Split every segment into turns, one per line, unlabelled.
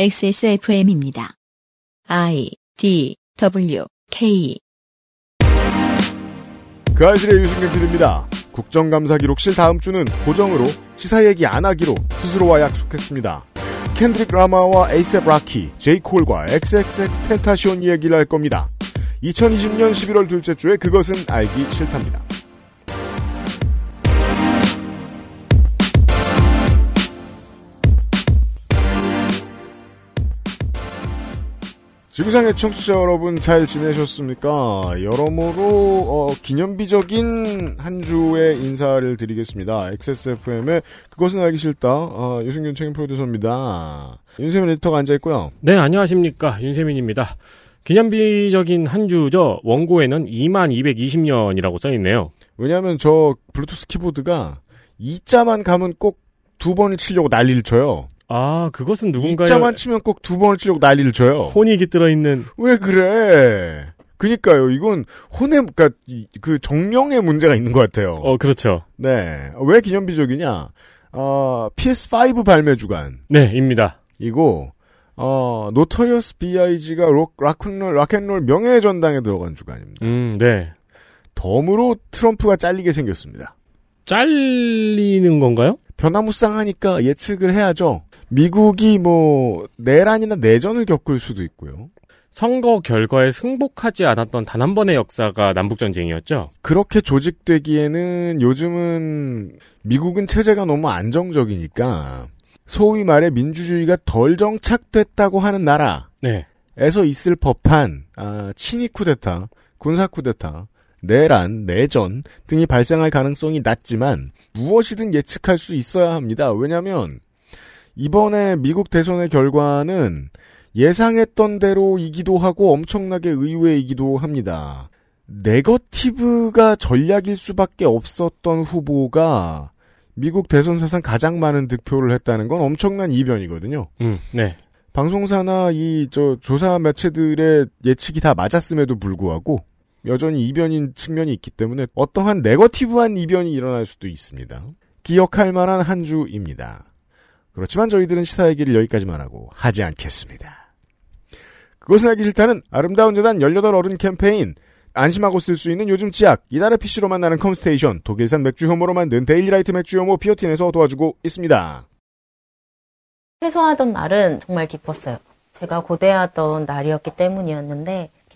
XSFM입니다. I D W K
그 아실의 유승균 PD입니다. 국정감사 기록실 다음 주는 고정으로 시사 얘기 안 하기로 스스로와 약속했습니다. 캔드릭 라마와 에이셉 라키, 제이콜과 XXX 텐타시온 이야기를 할 겁니다. 2020년 11월 둘째 주에 그것은 알기 싫답니다. 지구상의 청취자 여러분 잘 지내셨습니까? 여러모로 어, 기념비적인 한 주의 인사를 드리겠습니다. XSFM의 그것은 알기 싫다. 어, 유승균 책임 프로듀서입니다. 윤세민 리터가 앉아있고요.
네, 안녕하십니까. 윤세민입니다. 기념비적인 한 주죠. 원고에는 2220년이라고 써있네요.
왜냐하면 저 블루투스 키보드가 이자만 가면 꼭 두 번을 치려고 난리를 쳐요.
아, 그것은
이
누군가의
자만 치면 꼭 두 번을 치려고 난리를 쳐요.
혼이 깃들어있는
왜 그래? 그니까요. 이건 혼의 그러니까 이- 그 정령의 문제가 있는 것 같아요.
어, 그렇죠.
네. 왜 기념비적이냐? 어, PS5 발매 주간이고,
네, 입니다.
어, 노터리어스 B.I.G.가 록, 락앤롤, 락앤롤 명예의 전당에 들어간 주간입니다.
음, 네.
덤으로 트럼프가 잘리게 생겼습니다.
잘리는 건가요?
변화무쌍하니까 예측을 해야죠. 미국이 뭐, 내란이나 내전을 겪을 수도 있고요.
선거 결과에 승복하지 않았던 단 한 번의 역사가 남북전쟁이었죠.
그렇게 조직되기에는 요즘은 미국은 체제가 너무 안정적이니까 소위 말해 민주주의가 덜 정착됐다고 하는 나라
네.
에서 있을 법한 아, 친위 쿠데타, 군사 쿠데타, 내란, 내전 등이 발생할 가능성이 낮지만 무엇이든 예측할 수 있어야 합니다. 왜냐하면 이번에 미국 대선의 결과는 예상했던 대로이기도 하고 엄청나게 의외이기도 합니다. 네거티브가 전략일 수밖에 없었던 후보가 미국 대선 사상 가장 많은 득표를 했다는 건 엄청난 이변이거든요.
음, 네.
방송사나 이 저 조사 매체들의 예측이 다 맞았음에도 불구하고 여전히 이변인 측면이 있기 때문에 어떠한 네거티브한 이변이 일어날 수도 있습니다. 기억할 만한 한 주입니다. 그렇지만 저희들은 시사 얘기를 여기까지만 하고 하지 않겠습니다. 그것은 알기 싫다는 아름다운 재단 18 어른 캠페인 안심하고 쓸 수 있는 요즘 치약 이달의 PC로 만나는 컴스테이션 독일산 맥주 효모로 만든 데일리라이트 맥주 효모 피오틴에서 도와주고 있습니다.
퇴소하던 날은 정말 기뻤어요. 제가 고대하던 날이었기 때문이었는데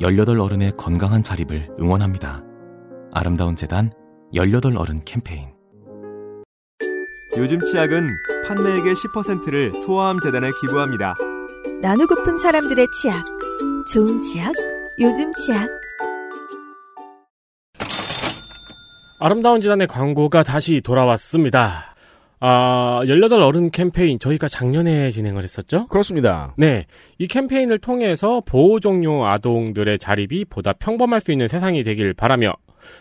18 어른의 건강한 자립을 응원합니다. 아름다운 재단 18 어른 캠페인.
요즘 치약은 판매액의 10%를 소아암 재단에 기부합니다.
나누고픈 사람들의 치약. 좋은 치약, 요즘 치약.
아름다운 재단의 광고가 다시 돌아왔습니다. 아, 18 어른 캠페인 저희가 작년에 진행을 했었죠?
그렇습니다.
네. 이 캠페인을 통해서 보호 종료 아동들의 자립이 보다 평범할 수 있는 세상이 되길 바라며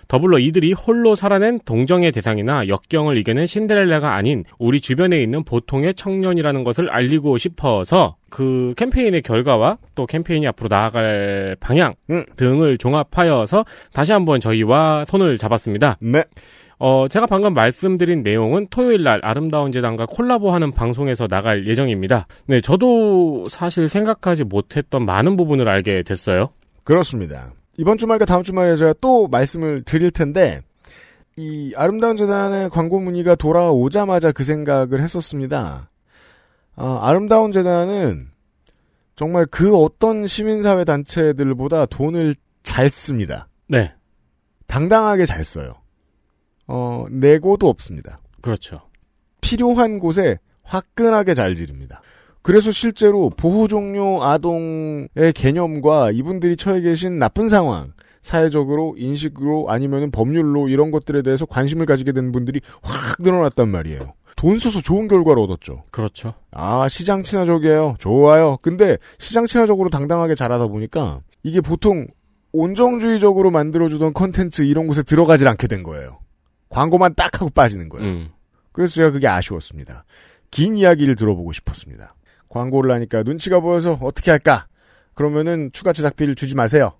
더불어 이들이 홀로 살아낸 동정의 대상이나 역경을 이겨낸 신데렐라가 아닌 우리 주변에 있는 보통의 청년이라는 것을 알리고 싶어서 그 캠페인의 결과와 또 캠페인이 앞으로 나아갈 방향
음.
등을 종합하여서 다시 한번 저희와 손을 잡았습니다.
네.
어, 제가 방금 말씀드린 내용은 토요일 날 아름다운 재단과 콜라보하는 방송에서 나갈 예정입니다. 네, 저도 사실 생각하지 못했던 많은 부분을 알게 됐어요.
그렇습니다. 이번 주말과 다음 주말에 제가 또 말씀을 드릴 텐데 이 아름다운 재단의 광고 문의가 돌아오자마자 그 생각을 했었습니다. 아, 름다운 재단은 정말 그 어떤 시민사회 단체들보다 돈을 잘 씁니다.
네,
당당하게 잘 써요. 어, 내고도 없습니다.
그렇죠.
필요한 곳에 화끈하게 잘 지릅니다. 그래서 실제로 보호 종료 아동의 개념과 이분들이 처해 계신 나쁜 상황, 사회적으로 인식으로 아니면 법률로 이런 것들에 대해서 관심을 가지게 된 분들이 확 늘어났단 말이에요. 돈 써서 좋은 결과를 얻었죠.
그렇죠.
아, 시장 친화적이에요. 좋아요. 근데 시장 친화적으로 당당하게 잘하다 보니까 이게 보통 온정주의적으로 만들어주던 컨텐츠 이런 곳에 들어가질 않게 된 거예요. 광고만 딱 하고 빠지는 거예요.
음.
그래서 제가 그게 아쉬웠습니다. 긴 이야기를 들어보고 싶었습니다. 광고를 하니까 눈치가 보여서 어떻게 할까? 그러면은 추가 제작비를 주지 마세요.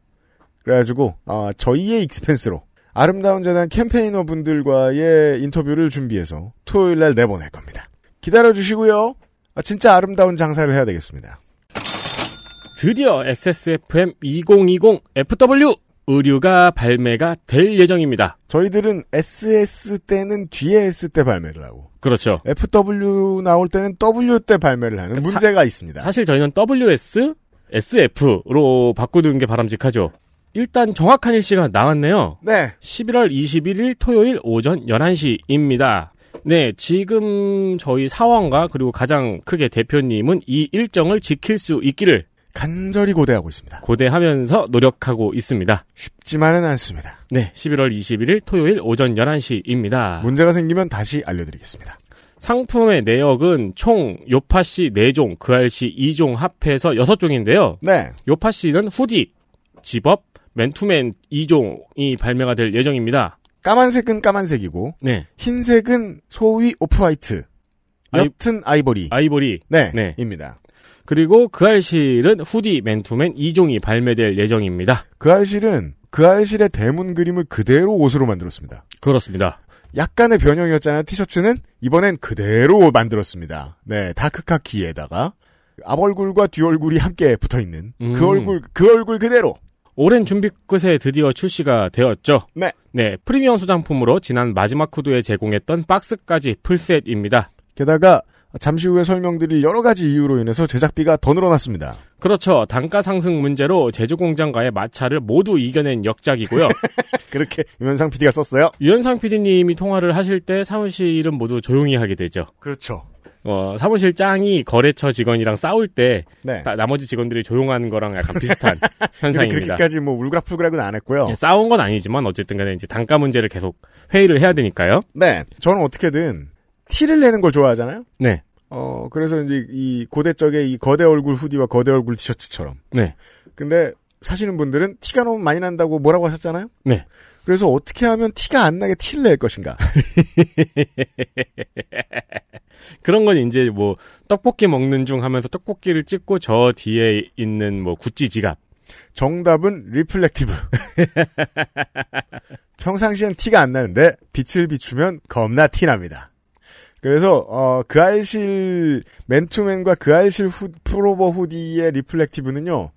그래가지고 아, 저희의 익스펜스로 아름다운 재단 캠페이너 분들과의 인터뷰를 준비해서 토요일 날 내보낼 겁니다. 기다려 주시고요. 아, 진짜 아름다운 장사를 해야 되겠습니다.
드디어 XSFM 2020 FW 의류가 발매가 될 예정입니다.
저희들은 SS 때는 뒤에 S 때 발매를 하고
그렇죠.
FW 나올 때는 W 때 발매를 하는
그 사-
문제가 있습니다.
사실 저희는 WS, SF로 바꾸는 게 바람직하죠. 일단 정확한 일시가 나왔네요.
네,
11월 21일 토요일 오전 11시입니다. 네, 지금 저희 사원과 그리고 가장 크게 대표님은 이 일정을 지킬 수 있기를
간절히 고대하고 있습니다.
고대하면서 노력하고 있습니다.
쉽지만은 않습니다.
네, 11월 21일 토요일 오전 11시입니다.
문제가 생기면 다시 알려드리겠습니다.
상품의 내역은 총 요파씨 4종, 그알씨 2종 합해서 6종인데요.
네.
요파씨는 후디, 집업, 맨투맨 2종이 발매가 될 예정입니다.
까만색은 까만색이고,
네,
흰색은 소위 오프화이트,
아이-
옅은 아이보리.
아이보리,
네.
네.
입니다.
그리고 그 알실은 후디 맨투맨 2종이 발매될 예정입니다.
그 알실은 그 알실의 대문 그림을 그대로 옷으로 만들었습니다.
그렇습니다.
약간의 변형이었잖아요, 티셔츠는. 이번엔 그대로 만들었습니다. 네, 다크카키에다가 앞얼굴과 뒤얼굴이 함께 붙어있는
음.
그 얼굴, 그 얼굴 그대로.
오랜 준비 끝에 드디어 출시가 되었죠.
네.
네, 프리미엄 소장품으로 지난 마지막 후드에 제공했던 박스까지 풀셋입니다.
게다가 잠시 후에 설명드릴 여러 가지 이유로 인해서 제작비가 더 늘어났습니다.
그렇죠. 단가 상승 문제로 제조 공장과의 마찰을 모두 이겨낸 역작이고요.
그렇게 유면상 PD가 썼어요.
유현상 PD님이 통화를 하실 때 사무실은 모두 조용히 하게 되죠.
그렇죠.
어, 사무실 짱이 거래처 직원이랑 싸울 때
네.
다- 나머지 직원들이 조용한 거랑 약간 비슷한
근데
현상입니다.
그렇게까지 뭐 울그락불그락은 안 했고요.
예, 싸운 건 아니지만 어쨌든 간에 이제 단가 문제를 계속 회의를 해야 되니까요.
네. 저는 어떻게든 티를 내는 걸 좋아하잖아요.
네.
어, 그래서 이제 이 고대 쪽의 이 거대 얼굴 후디와 거대 얼굴 티셔츠처럼.
네.
근데 사시는 분들은 티가 너무 많이 난다고 뭐라고 하셨잖아요.
네.
그래서 어떻게 하면 티가 안 나게 티를 낼 것인가.
그런 건 이제 뭐 떡볶이 먹는 중 하면서 떡볶이를 찍고 저 뒤에 있는 뭐 구찌 지갑.
정답은 리플렉티브. 평상시엔 티가 안 나는데 빛을 비추면 겁나 티 납니다. 그래서 어, 그 알실 맨투맨과 그 알실 후, 프로버 후디의 리플렉티브는요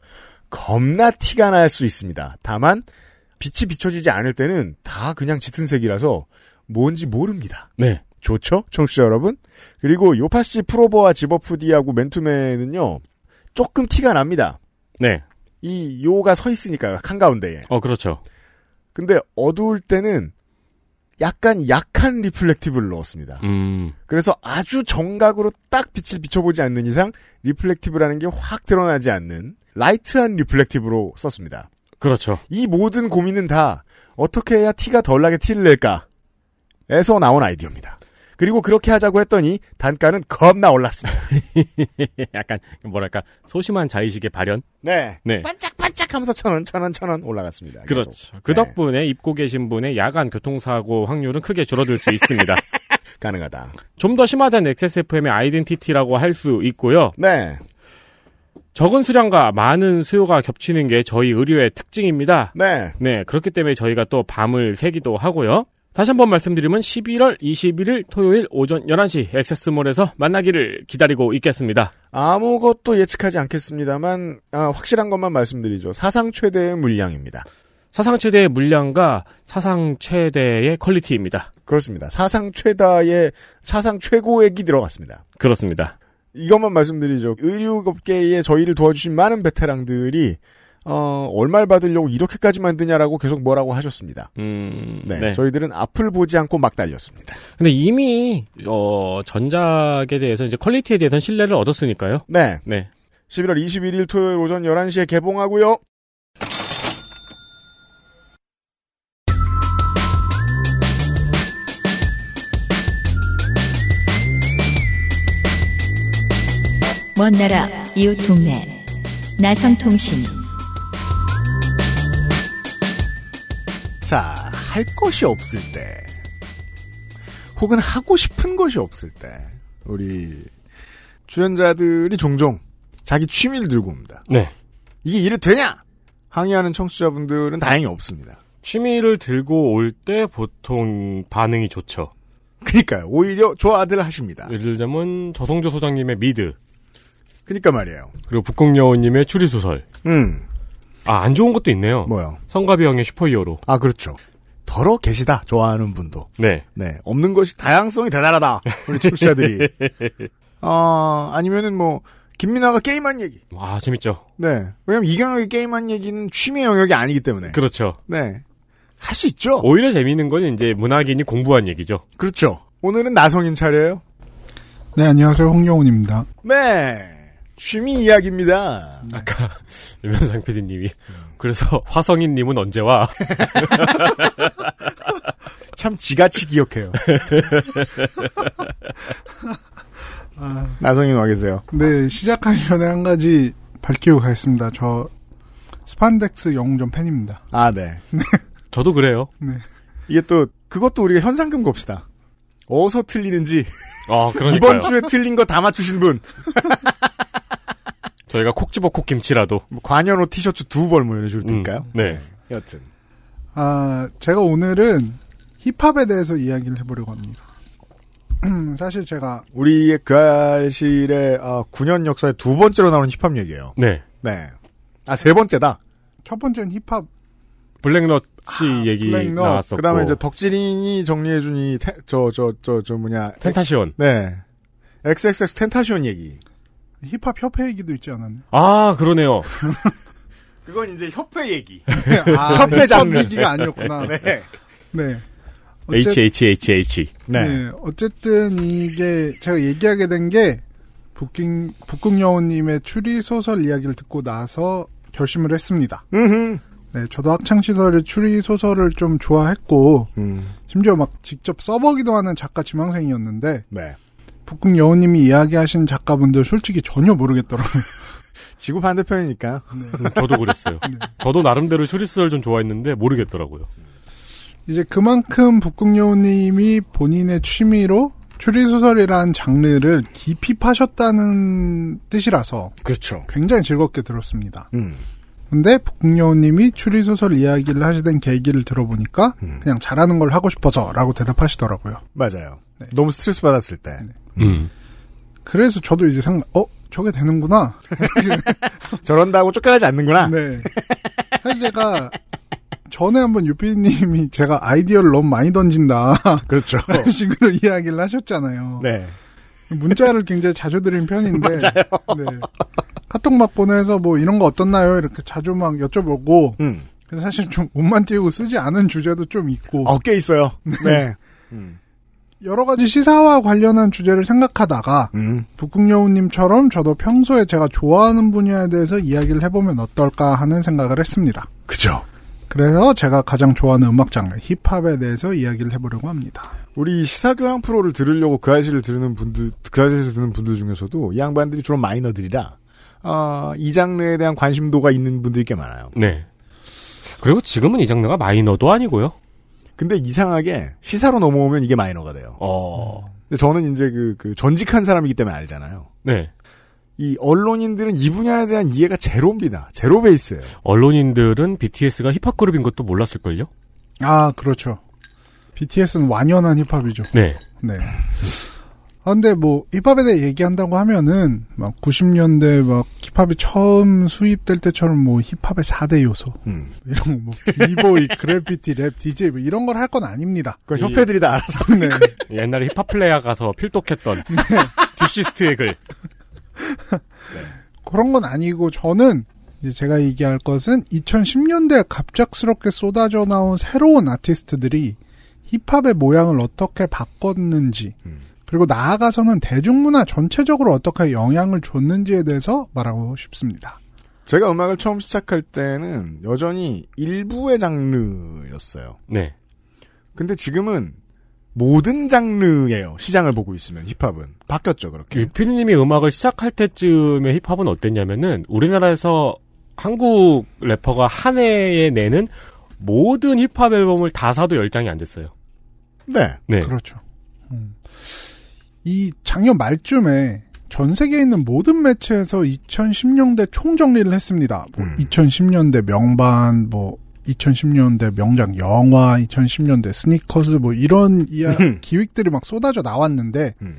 겁나 티가 날 수 있습니다. 다만 빛이 비춰지지 않을 때는 다 그냥 짙은 색이라서 뭔지 모릅니다.
네.
좋죠? 청취자 여러분. 그리고 요파시 프로버와 집업 후디하고 맨투맨은요 조금 티가 납니다.
네.
이 요가 서 있으니까요 한가운데에
어 그렇죠.
근데 어두울 때는 약간 약한 리플렉티브를 넣었습니다
음.
그래서 아주 정각으로 딱 빛을 비춰보지 않는 이상 리플렉티브라는 게 확 드러나지 않는 라이트한 리플렉티브로 썼습니다
그렇죠.
이 모든 고민은 다 어떻게 해야 티가 덜 나게 티를 낼까 에서 나온 아이디어입니다 그리고 그렇게 하자고 했더니 단가는 겁나 올랐습니다
예, 약간 뭐랄까 소심한 자의식의 발현.
네
네.
반짝반짝 하면서 천원 천원 천원 올라갔습니다 계속.
그렇죠. 그
네,
덕분에 입고 계신 분의 야간 교통사고 확률은 크게 줄어들 수 있습니다.
가능하다
좀 더 심화된 XSFM의 아이덴티티라고 할 수 있고요.
네
적은 수량과 많은 수요가 겹치는 게 저희 의료의 특징입니다.
네.
네, 그렇기 때문에 저희가 또 밤을 새기도 하고요. 다시 한번 말씀드리면 11월 21일 토요일 오전 11시 액세스몰에서 만나기를 기다리고 있겠습니다.
아무것도 예측하지 않겠습니다만 아, 확실한 것만 말씀드리죠. 사상 최대의 물량입니다.
사상 최대의 물량과 사상 최대의 퀄리티입니다.
그렇습니다. 사상 최다의 사상 최고액이 들어갔습니다.
그렇습니다.
이것만 말씀드리죠. 의료업계에 저희를 도와주신 많은 베테랑들이 어, 얼마를 받으려고 이렇게까지 만드냐라고 계속 뭐라고 하셨습니다.
음,
네, 저희들은 앞을 보지 않고 막 달렸습니다.
근데 이미 어, 전작에 대해서 이제 퀄리티에 대해서는 신뢰를 얻었으니까요.
네,
네.
11월 21일 토요일 오전 11시에 개봉하고요.
먼 나라, 이웃 동네. 나성통신.
자, 할 것이 없을 때, 혹은 하고 싶은 것이 없을 때, 우리 출연자들이 종종 자기 취미를 들고 옵니다.
네.
이게 이래 되냐? 항의하는 청취자분들은 다행히 없습니다.
취미를 들고 올 때 보통 반응이 좋죠.
그니까요, 오히려 좋아들 하십니다.
예를 들자면 저성조 소장님의 미드
그니까 그러니까 말이에요.
그리고 북극여우님의 추리소설.
음,
아 안 좋은 것도 있네요.
뭐요?
성가비형의 슈퍼히어로.
아, 그렇죠. 덜어 계시다, 좋아하는 분도.
네.
네, 없는 것이 다양성이 대단하다. 우리 청취자들이. 아, 아니면은 뭐, 김민아가 게임한 얘기.
아 재밌죠.
네. 왜냐면 이경혁이 게임한 얘기는 취미 영역이 아니기 때문에.
그렇죠.
네. 할 수 있죠.
오히려 재미있는 건 이제 문학인이 공부한 얘기죠.
그렇죠. 오늘은 나성인 차례예요.
네, 안녕하세요. 홍영훈입니다.
네. 취미 이야기입니다.
아까 유면상 PD님이
음.
그래서 화성인님은 언제 와?
참 지같이 기억해요. 나성인 와 계세요.
네, 시작하기 전에 한 가지 밝히고 가겠습니다. 저 스판덱스 영웅전 팬입니다.
아, 네.
저도 그래요.
이게 또 그것도 우리가 현상금 겁시다. 어디서 틀리는지
아 그러니까요.
이번 주에 틀린 거 다 맞추신 분
저희가 콕 집어 콕 김치라도.
뭐 관현호 티셔츠 두 벌 뭐 이런 식으로 드릴까요?
음, 네.
여튼
아, 제가 오늘은 힙합에 대해서 이야기를 해보려고 합니다. 음, 사실 제가
우리의 그 알실의 아, 9년 역사에 두 번째로 나오는 힙합 얘기예요.
네.
네. 아, 세 번째다.
첫 번째는 힙합
블랙넛 씨 얘기
블랙넛.
아,
나왔었고.
그 다음에 이제 덕질인이 정리해준 이, 테- 저, 저, 저, 저 뭐냐.
텐타시온.
네. XXX 텐타시온 얘기.
힙합 협회 얘기도 있지 않았나요?
아 그러네요.
그건 이제 협회 얘기.
아,
협회
협회
장르.
얘기가 아니었구나.
네.
네.
H H H H.
네.
네, 어쨌든 이게 제가 얘기하게 된 게 북극 북극 여우님의 추리 소설 이야기를 듣고 나서 결심을 했습니다.
음흠.
네, 저도 학창 시절에 추리 소설을 좀 좋아했고
음.
심지어 막 직접 써보기도 하는 작가 지망생이었는데
네.
북극 여우님이 이야기하신 작가분들 솔직히 전혀 모르겠더라고요.
지구 반대편이니까.
음, 저도 그랬어요.
네.
저도 나름대로 추리소설 좀 좋아했는데 모르겠더라고요.
이제 그만큼 북극 여우님이 본인의 취미로 추리 소설이란 장르를 깊이 파셨다는 뜻이라서
그렇죠.
굉장히 즐겁게 들었습니다.
음.
근데 북극여우님이 추리소설 이야기를 하시던 계기를 들어보니까
음.
그냥 잘하는 걸 하고 싶어서라고 대답하시더라고요.
맞아요.
네.
너무 스트레스 받았을 때.
음.
그래서 저도 이제 생각, 어? 저게 되는구나.
저런다고 쫓겨나지 않는구나.
네. 사실 제가 전에 한번 유피님이 제가 아이디어를 너무 많이 던진다.
그렇죠.
라는 식으로 이야기를 하셨잖아요.
네.
문자를 굉장히 자주 드린 편인데. 네. 카톡 막보내서 뭐 이런 거 어떻나요? 이렇게 자주 막 여쭤보고.
음.
근데 사실 좀 옷만 띄우고 쓰지 않은 주제도 좀 있고.
어, 꽤 있어요. 네.
여러 가지 시사와 관련한 주제를 생각하다가
음.
북극여우님처럼 저도 평소에 제가 좋아하는 분야에 대해서 이야기를 해보면 어떨까 하는 생각을 했습니다.
그죠.
그래서 제가 가장 좋아하는 음악 장르 힙합에 대해서 이야기를 해보려고 합니다.
우리 시사교양 프로를 들으려고 그 아저씨를 들으는 분들, 그 아저씨를 듣는 분들 중에서도 이 양반들이 주로 마이너들이라, 아, 이 장르에 대한 관심도가 있는 분들이 꽤 많아요.
네. 그리고 지금은 이 장르가 마이너도 아니고요.
근데 이상하게 시사로 넘어오면 이게 마이너가 돼요.
어.
근데 저는 이제 그, 그 전직한 사람이기 때문에 알잖아요.
네.
이 언론인들은 이 분야에 대한 이해가 제로입니다. 제로 베이스예요.
언론인들은 BTS가 힙합 그룹인 것도 몰랐을걸요?
아 그렇죠. BTS는 완연한 힙합이죠.
네.
네. 아, 근데 뭐 힙합에 대해 얘기한다고 하면은 막 90년대 막 힙합이 처음 수입될 때처럼 뭐 힙합의 4대 요소
음.
이런 거뭐 비보이, 그래피티, 랩, DJ 뭐 이런 걸 할 건 아닙니다.
그건
이-
그러니까 협회들이 다 알아서.
네.
옛날에 힙합 플레이어 가서 필독했던 듀시스트의 글.
그런 건 아니고 저는 이제 제가 얘기할 것은 2010년대에 갑작스럽게 쏟아져 나온 새로운 아티스트들이 힙합의 모양을 어떻게 바꿨는지
음.
그리고 나아가서는 대중문화 전체적으로 어떻게 영향을 줬는지에 대해서 말하고 싶습니다.
제가 음악을 처음 시작할 때는 여전히 일부의 장르였어요.
네.
근데 지금은 모든 장르예요. 시장을 보고 있으면 힙합은 바뀌었죠 그렇게.
유피디님이 음악을 시작할 때쯤에 힙합은 어땠냐면은 우리나라에서 한국 래퍼가 한 해에 내는 모든 힙합 앨범을 다 사도 열장이안 됐어요.
네.
네.
그렇죠. 음. 이 작년 말쯤에 전 세계에 있는 모든 매체에서 2010년대 총정리를 했습니다. 뭐
음.
2010년대 명반, 뭐 2010년대 명장 영화, 2010년대 스니커즈 뭐 이런 이야 기획들이 막 쏟아져 나왔는데
음.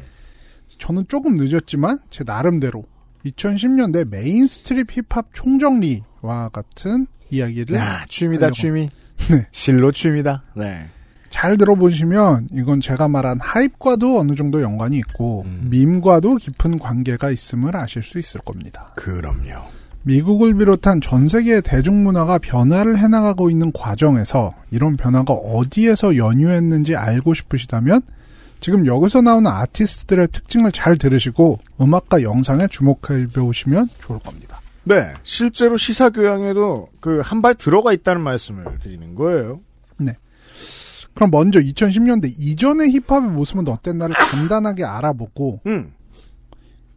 저는 조금 늦었지만 제 나름대로 2010년대 메인스트립 힙합 총정리와 같은 이야기를
야 취미다
하려고.
취미.
네.
실로 취미다. 네.
잘 들어보시면 이건 제가 말한 하입과도 어느 정도 연관이 있고
음.
밈과도 깊은 관계가 있음을 아실 수 있을 겁니다.
그럼요.
미국을 비롯한 전 세계의 대중문화가 변화를 해나가고 있는 과정에서 이런 변화가 어디에서 연유했는지 알고 싶으시다면 지금 여기서 나오는 아티스트들의 특징을 잘 들으시고 음악과 영상에 주목해 보시면 좋을 겁니다.
네. 실제로 시사 교양에도 그 한 발 들어가 있다는 말씀을 드리는 거예요.
그럼 먼저 2010년대 이전의 힙합의 모습은 어땠나를 간단하게 알아보고
음.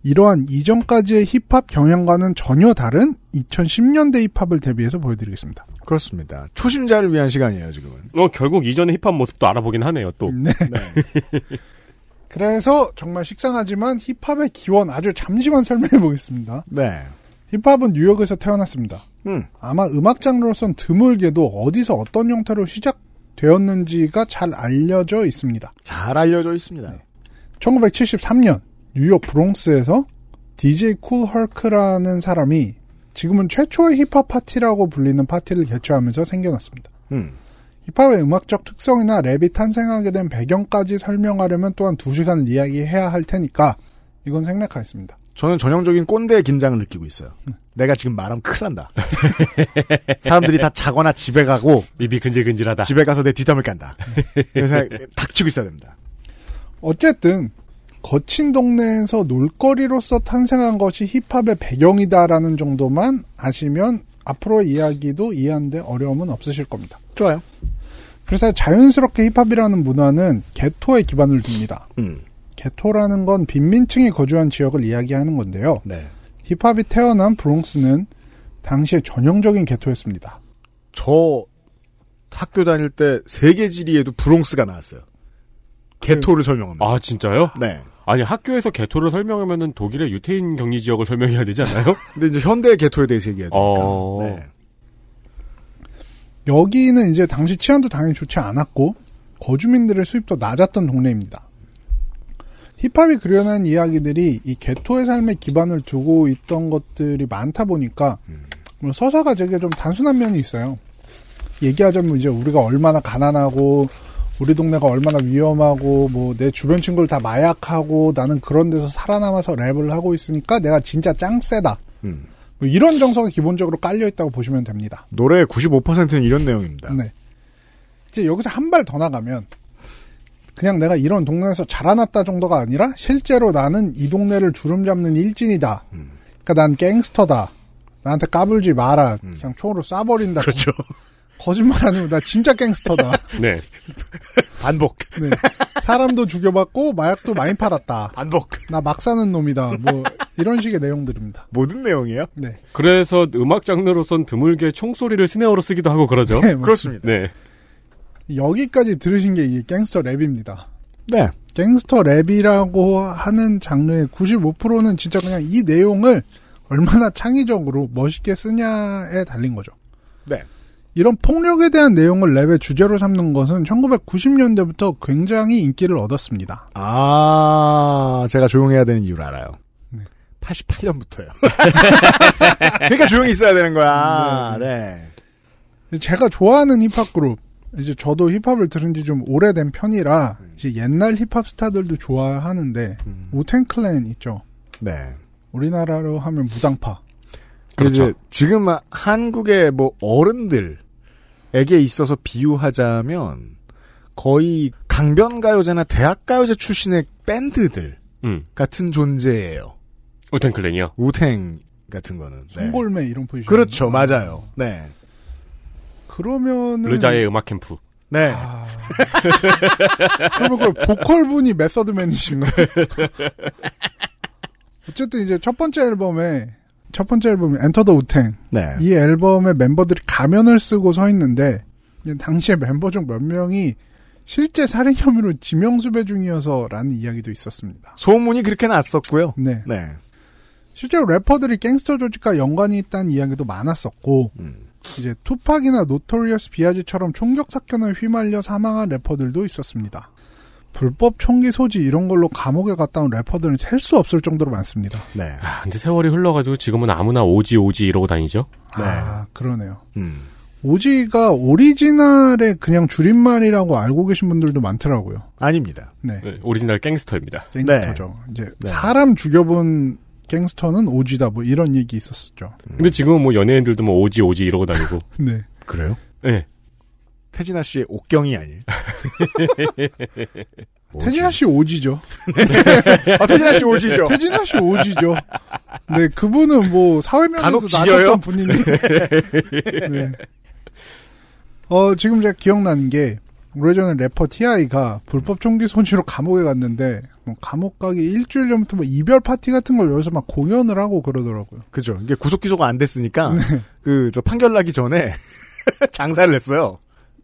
이러한 이전까지의 힙합 경향과는 전혀 다른 2010년대 힙합을 대비해서 보여드리겠습니다.
그렇습니다. 초심자를 위한 시간이에요 지금은.
어, 결국 이전의 힙합 모습도 알아보긴 하네요, 또.
네. 그래서 정말 식상하지만 힙합의 기원 아주 잠시만 설명해 보겠습니다.
네.
힙합은 뉴욕에서 태어났습니다.
음.
아마 음악 장르로선 드물게도 어디서 어떤 형태로 시작되었는지가 잘 알려져 있습니다.
잘 알려져 있습니다.
1973년 뉴욕 브롱스에서 DJ 쿨 헐크라는 사람이 지금은 최초의 힙합 파티라고 불리는 파티를 개최하면서 생겨났습니다.
음.
힙합의 음악적 특성이나 랩이 탄생하게 된 배경까지 설명하려면 또한 2시간을 이야기해야 할 테니까 이건 생략하겠습니다.
저는 전형적인 꼰대의 긴장을 느끼고 있어요. 내가 지금 말하면 큰일 난다. 사람들이 다 자거나 집에 가고
입이 근질근질하다.
집에 가서 내 뒷담을 깐다. 그래서 닥치고 있어야 됩니다.
어쨌든 거친 동네에서 놀거리로서 탄생한 것이 힙합의 배경이다라는 정도만 아시면 앞으로의 이야기도 이해하는데 어려움은 없으실 겁니다.
좋아요.
그래서 자연스럽게 힙합이라는 문화는 개토에 기반을 둡니다.
음.
개토라는 건 빈민층이 거주한 지역을 이야기하는 건데요.
네.
힙합이 태어난 브롱스는 당시의 전형적인 개토였습니다.
저 학교 다닐 때 세계 지리에도 브롱스가 나왔어요. 개토를 설명합니다.
아, 진짜요?
네.
아니, 학교에서 개토를 설명하면은 독일의 유태인 격리 지역을 설명해야 되지 않아요?
근데 이제 현대의 개토에 대해서 얘기해야 되니까.
어.
네.
여기는 이제 당시 치안도 당연히 좋지 않았고 거주민들의 수입도 낮았던 동네입니다. 힙합이 그려낸 이야기들이 이 개토의 삶에 기반을 두고 있던 것들이 많다 보니까 뭐 서사가 되게 좀 단순한 면이 있어요. 얘기하자면 이제 우리가 얼마나 가난하고 우리 동네가 얼마나 위험하고 뭐 내 주변 친구를 다 마약하고 나는 그런 데서 살아남아서 랩을 하고 있으니까 내가 진짜 짱 세다.
음.
뭐 이런 정서가 기본적으로 깔려 있다고 보시면 됩니다.
노래의 95%는 이런 내용입니다.
네. 이제 여기서 한 발 더 나가면 그냥 내가 이런 동네에서 자라났다 정도가 아니라 실제로 나는 이 동네를 주름 잡는 일진이다.
음.
그러니까 난 갱스터다. 나한테 까불지 마라. 그냥 총으로 쏴버린다.
음. 그렇죠.
거짓말 아니고 나 진짜 갱스터다.
네.
반복.
네. 사람도 죽여봤고 마약도 많이 팔았다.
반복.
나 막 사는 놈이다. 뭐 이런 식의 내용들입니다.
모든 내용이에요?
네.
그래서 음악 장르로선 드물게 총소리를 스네어로 쓰기도 하고 그러죠.
네, 맞습니다.
그렇습니다.
네.
여기까지 들으신 게 이 갱스터 랩입니다.
네.
갱스터 랩이라고 하는 장르의 95%는 진짜 그냥 이 내용을 얼마나 창의적으로 멋있게 쓰냐에 달린 거죠.
네.
이런 폭력에 대한 내용을 랩의 주제로 삼는 것은 1990년대부터 굉장히 인기를 얻었습니다.
아, 제가 조용해야 되는 이유를 알아요.
네.
88년부터요. 그러니까 조용히 있어야 되는 거야. 네.
제가 좋아하는 힙합 그룹, 이제 저도 힙합을 들은 지 좀 오래된 편이라 이제 옛날 힙합 스타들도 좋아하는데 우텐클랜 있죠.
네.
우리나라로 하면 무당파.
그렇죠. 지금 한국의 뭐 어른들에게 있어서 비유하자면 거의 강변가요제나 대학가요제 출신의 밴드들
음.
같은 존재예요.
우텐클랜이요.
우탱 같은 거는. 네.
송골매 이런 포지션.
그렇죠. 맞아요. 네.
그러면은
르자의 음악 캠프.
네.
아. 그러면 그 보컬분이 메서드맨이신가요? 어쨌든 이제 첫 번째 앨범에 첫 번째 앨범이 엔터 더 우탱
네.
이 앨범의 멤버들이 가면을 쓰고 서 있는데 이제 당시에 멤버 중 몇 명이 실제 살인 혐의로 지명수배 중이어서라는 이야기도 있었습니다.
소문이 그렇게 났었고요.
네.
네.
실제로 래퍼들이 갱스터 조직과 연관이 있다는 이야기도 많았었고
음.
이제 투팍이나 노토리어스 비아지처럼 총격 사건에 휘말려 사망한 래퍼들도 있었습니다. 불법 총기 소지 이런 걸로 감옥에 갔다 온 래퍼들은 셀 수 없을 정도로 많습니다.
네.
아, 근데 세월이 흘러가지고 지금은 아무나 오지 오지 이러고 다니죠?
네.
아, 그러네요.
음.
오지가 오리지널의 그냥 줄임말이라고 알고 계신 분들도 많더라고요.
아닙니다.
네.
네, 오리지널 갱스터입니다.
갱스터죠. 이제
네.
사람 죽여본 갱스터는 오지다 뭐 이런 얘기 있었었죠.
근데 지금은 뭐 연예인들도 뭐 오지 오지 이러고 다니고.
네.
그래요?
네.
태진아 씨의 옥경이 아니에요. 오지.
태진아 씨 오지죠.
아, 태진아 씨 오지죠.
태진아 씨 네, 오지죠. 네, 그분은 뭐 사회면에도
간혹 지겨요?
나섰던 분인데. 네. 어 지금 제가 기억나는 게 오래전에 래퍼 T.I.가 불법 총기 소지로 감옥에 갔는데 뭐 감옥 가기 일주일 전부터 뭐 이별 파티 같은 걸 열어서 막 공연을 하고 그러더라고요.
그죠. 이게 구속 기소가 안 됐으니까 그 저 판결 나기 전에 장사를 했어요.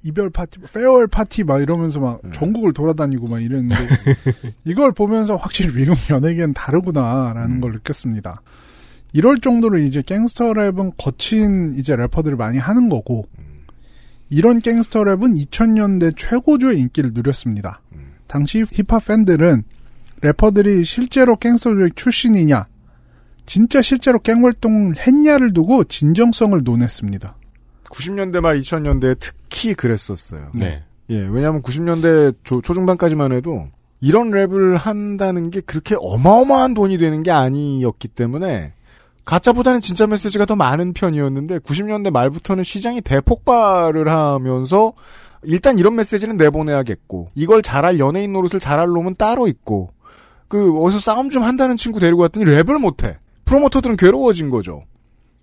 이별 파티, 페어웰 파티 막 이러면서 막 전국을 돌아다니고 막 이랬는데 이걸 보면서 확실히 미국 연예계는 다르구나라는 걸 느꼈습니다. 이럴 정도로 이제 갱스터 랩은 거친 이제 래퍼들을 많이 하는 거고 이런 갱스터 랩은 2000년대 최고조의 인기를 누렸습니다. 당시 힙합 팬들은 래퍼들이 실제로 갱스터 조직 출신이냐 진짜 실제로 갱 활동을 했냐를 두고 진정성을 논했습니다.
90년대 말 2000년대에 특히 그랬었어요.
네.
예, 왜냐하면 90년대 조- 초중반까지만 해도 이런 랩을 한다는 게 그렇게 어마어마한 돈이 되는 게 아니었기 때문에 가짜보다는 진짜 메시지가 더 많은 편이었는데 90년대 말부터는 시장이 대폭발을 하면서 일단 이런 메시지는 내보내야겠고 이걸 잘할 연예인 노릇을 잘할 놈은 따로 있고 그 어디서 싸움 좀 한다는 친구 데리고 왔더니 랩을 못해 프로모터들은 괴로워진 거죠.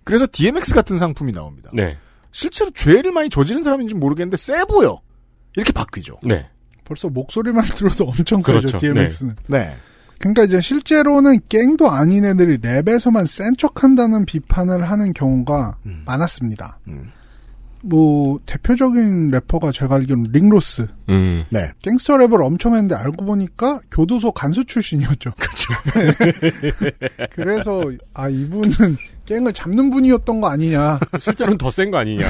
그래서 DMX 같은 상품이 나옵니다.
네.
실제로 죄를 많이 저지른 사람인지 는 모르겠는데 세 보여. 이렇게 바뀌죠.
네.
벌써 목소리만 들어도 엄청 세죠
그렇죠.
DMX는.
네.
그러니까 이제 실제로는 갱도 아닌 애들이 랩에서만 센 척한다는 비판을 하는 경우가
음.
많았습니다.
음.
뭐 대표적인 래퍼가 제가 알기로는 링로스
음.
네.
갱스터 랩을 엄청 했는데 알고 보니까 교도소 간수 출신이었죠. 그렇죠. 그래서 아 이분은 갱을 잡는 분이었던 거 아니냐
실제로는 더 센 거 아니냐.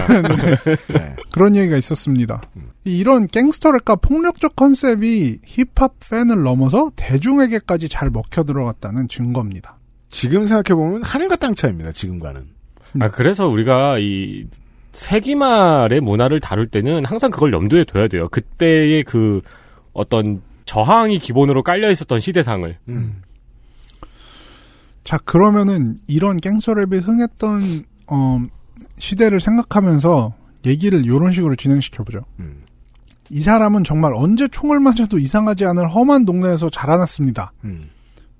네.
그런 얘기가 있었습니다. 이런 갱스터 랩과 폭력적 컨셉이 힙합 팬을 넘어서 대중에게까지 잘 먹혀 들어갔다는 증거입니다.
지금 생각해보면 하늘과 땅 차이입니다, 지금과는.
아, 그래서 우리가 이 세기말의 문화를 다룰 때는 항상 그걸 염두에 둬야 돼요. 그때의 그 어떤 저항이 기본으로 깔려 있었던 시대상을.
자 그러면은 이런 갱스터랩이 흥했던 어, 시대를 생각하면서 얘기를 이런 식으로 진행시켜 보죠.
음.
이 사람은 정말 언제 총을 맞아도 이상하지 않을 험한 동네에서 자라났습니다.
음.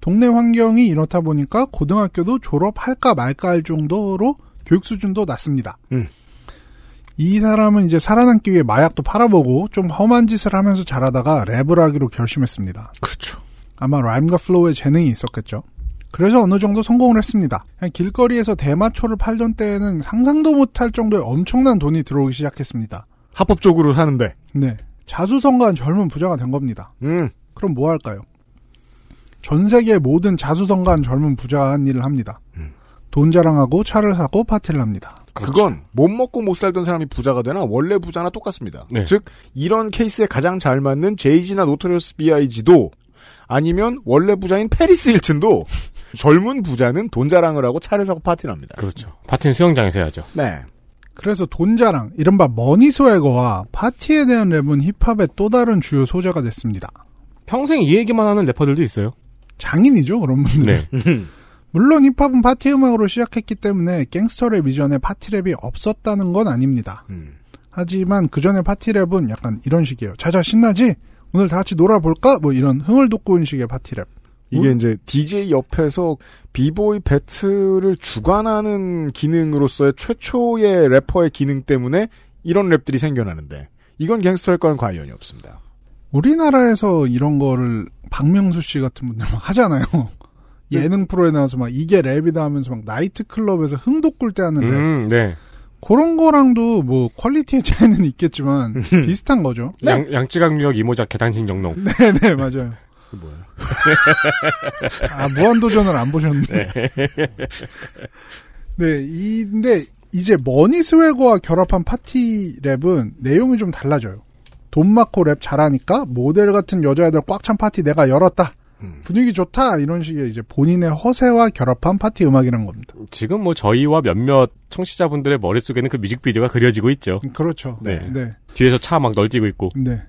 동네 환경이 이렇다 보니까 고등학교도 졸업할까 말까 할 정도로 교육 수준도 낮습니다.
음.
이 사람은 이제 살아남기 위해 마약도 팔아보고 좀 험한 짓을 하면서 자라다가 랩을 하기로 결심했습니다.
그렇죠.
아마 라임과 플로우의 재능이 있었겠죠. 그래서 어느 정도 성공을 했습니다. 그냥 길거리에서 대마초를 팔던 때에는 상상도 못할 정도의 엄청난 돈이 들어오기 시작했습니다.
합법적으로 사는데.
네. 자수성가한 젊은 부자가 된 겁니다.
음.
그럼 뭐 할까요? 전 세계 모든 자수성가한 젊은 부자가 한 일을 합니다. 돈 자랑하고 차를 사고 파티를 합니다.
그건 못 먹고 못 살던 사람이 부자가 되나 원래 부자나 똑같습니다.
네.
즉 이런 케이스에 가장 잘 맞는 제이지나 노토리어스 비아이지도 아니면 원래 부자인 페리스 힐튼도 젊은 부자는 돈 자랑을 하고 차를 사고 파티를 합니다.
그렇죠. 파티는 수영장에서 해야죠.
네.
그래서 돈 자랑, 이른바 머니 스웨거와 파티에 대한 랩은 힙합의 또 다른 주요 소재가 됐습니다.
평생 이 얘기만 하는 래퍼들도 있어요.
장인이죠, 그런 분들.
네.
물론 힙합은 파티 음악으로 시작했기 때문에 갱스터랩 이전에 파티랩이 없었다는 건 아닙니다.
음.
하지만 그 전에 파티랩은 약간 이런 식이에요. 자자 신나지? 오늘 다 같이 놀아볼까? 뭐 이런 흥을 돋구는 식의 파티랩.
이게 이제 DJ 옆에서 비보이 배틀을 주관하는 기능으로서의 최초의 래퍼의 기능 때문에 이런 랩들이 생겨나는데 이건 갱스터일과는 관련이 없습니다.
우리나라에서 이런 거를 박명수 씨 같은 분들 막 하잖아요. 예능 프로에 나와서 막 이게 랩이다 하면서 막 나이트 클럽에서 흥도 끌 때 하는 랩.
음, 네.
그런 거랑도 뭐 퀄리티의 차이는 있겠지만 비슷한 거죠.
양, 양치강력 이모자 계단식 영농.
네, 네, 맞아요. 아, 무한도전을 안 보셨네. 네. 네, 이, 근데 이제 머니 스웨거와 결합한 파티 랩은 내용이 좀 달라져요. 돈 많고 랩 잘하니까 모델 같은 여자애들 꽉 찬 파티 내가 열었다. 분위기 좋다. 이런 식의 이제 본인의 허세와 결합한 파티 음악이란 겁니다.
지금 뭐 저희와 몇몇 청취자분들의 머릿속에는 그 뮤직비디오가 그려지고 있죠.
그렇죠.
네.
네.
뒤에서 차 막 널뛰고 있고.
네.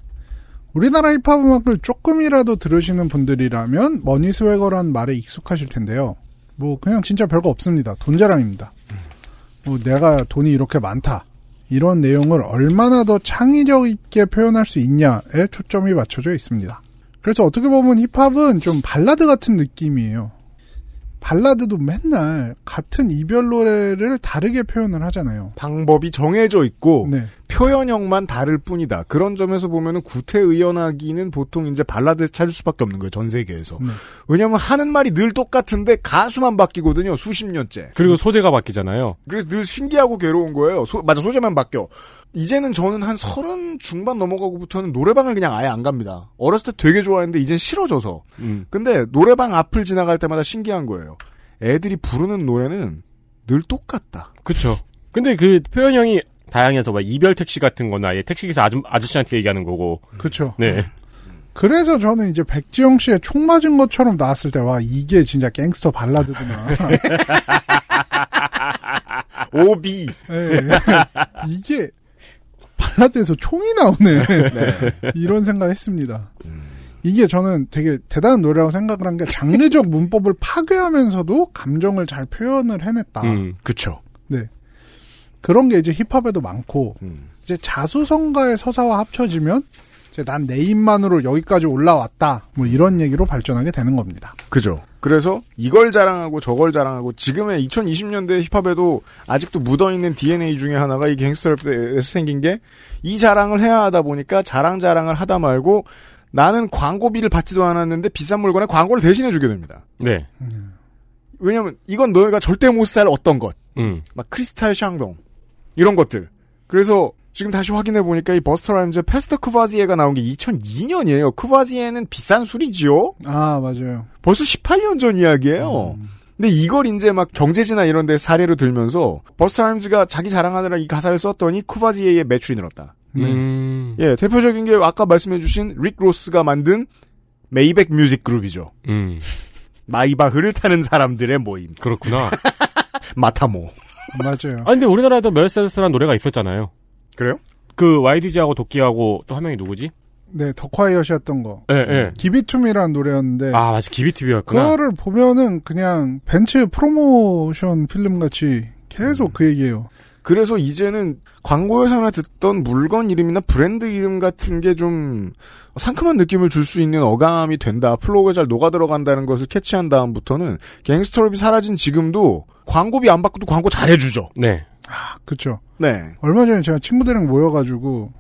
우리나라 힙합 음악을 조금이라도 들으시는 분들이라면 머니 스웨거란 말에 익숙하실 텐데요. 뭐 그냥 진짜 별거 없습니다. 돈 자랑입니다. 뭐 내가 돈이 이렇게 많다. 이런 내용을 얼마나 더 창의적 있게 표현할 수 있냐에 초점이 맞춰져 있습니다. 그래서 어떻게 보면 힙합은 좀 발라드 같은 느낌이에요. 발라드도 맨날 같은 이별 노래를 다르게 표현을 하잖아요.
방법이 정해져 있고
네.
표현형만 다를 뿐이다. 그런 점에서 보면은 구태의연하기는 보통 이제 발라드 찾을 수밖에 없는 거예요. 전 세계에서.
네.
왜냐하면 하는 말이 늘 똑같은데 가수만 바뀌거든요. 수십 년째.
그리고 소재가 바뀌잖아요.
그래서 늘 신기하고 괴로운 거예요. 소- 맞아 소재만 바뀌어. 이제는 저는 한 서른 중반 넘어가고부터는 노래방을 그냥 아예 안 갑니다. 어렸을 때 되게 좋아했는데 이젠 싫어져서.
음.
근데 노래방 앞을 지나갈 때마다 신기한 거예요. 애들이 부르는 노래는 늘 똑같다.
그쵸. 근데 그 표현형이 다양해서 막 이별 택시 같은 거나 아예 택시기사 아줌, 아저씨한테 얘기하는 거고.
그렇죠.
네.
그래서 저는 이제 백지영 씨의 총 맞은 것처럼 나왔을 때, 와, 이게 진짜 갱스터 발라드구나.
아,
오비.
예, 예. 이게 발라드에서 총이 나오네. 이런 생각했습니다. 이게 저는 되게 대단한 노래라고 생각을 한 게 장르적 문법을 파괴하면서도 감정을 잘 표현을 해냈다. 네.
음.
아, 그쵸.
그런 게 이제 힙합에도 많고
음.
이제 자수성가의 서사와 합쳐지면 이제 난 내 입만으로 여기까지 올라왔다. 뭐 이런 얘기로 발전하게 되는 겁니다.
그죠. 그래서 이걸 자랑하고 저걸 자랑하고 지금의 2020년대 힙합에도 아직도 묻어있는 DNA 중에 하나가 이 갱스터랩에서 생긴 게 이 자랑을 해야 하다 보니까 자랑자랑을 하다 말고 나는 광고비를 받지도 않았는데 비싼 물건에 광고를 대신해주게 됩니다.
네.
왜냐면 이건 너희가 절대 못 살 어떤 것.
음.
막 크리스탈 샹동 이런 것들. 그래서 지금 다시 확인해 보니까 이 버스터 라임즈 페스터 쿠바지에가 나온 게 2002년이에요. 쿠바지에는 비싼 술이지요.
아 맞아요.
벌써 18년 전 이야기예요. 근데 이걸 이제 막 경제지나 이런 데 사례로 들면서 버스터 라임즈가 자기 자랑하느라 이 가사를 썼더니 쿠바지에의 매출이 늘었다.
음.
예, 대표적인 게 아까 말씀해 주신 릭 로스가 만든 메이백 뮤직 그룹이죠.
음.
마이바흐를 타는 사람들의 모임.
그렇구나.
마타모.
맞아요.
아, 근데 우리나라에도 메르세데스라는 노래가 있었잖아요.
그래요?
그 YDG하고 도끼하고 또 한 명이 누구지?
네, 더콰이엇이었던 거.
예, 예.
기비툼이라는 노래였는데
아, 맞아. 기비TV였구나.
네. 그거를 보면은 그냥 벤츠 프로모션 필름 같이 계속 그 얘기예요.
그래서 이제는 광고에서나 듣던 물건 이름이나 브랜드 이름 같은 게 좀 상큼한 느낌을 줄 수 있는 어감이 된다. 플로우가 잘 녹아 들어간다는 것을 캐치한 다음부터는 갱스터랩이 사라진 지금도 광고비 안 받고도 광고 잘 해주죠.
네.
아, 그쵸.
네.
얼마 전에 제가 친구들이랑 모여가지고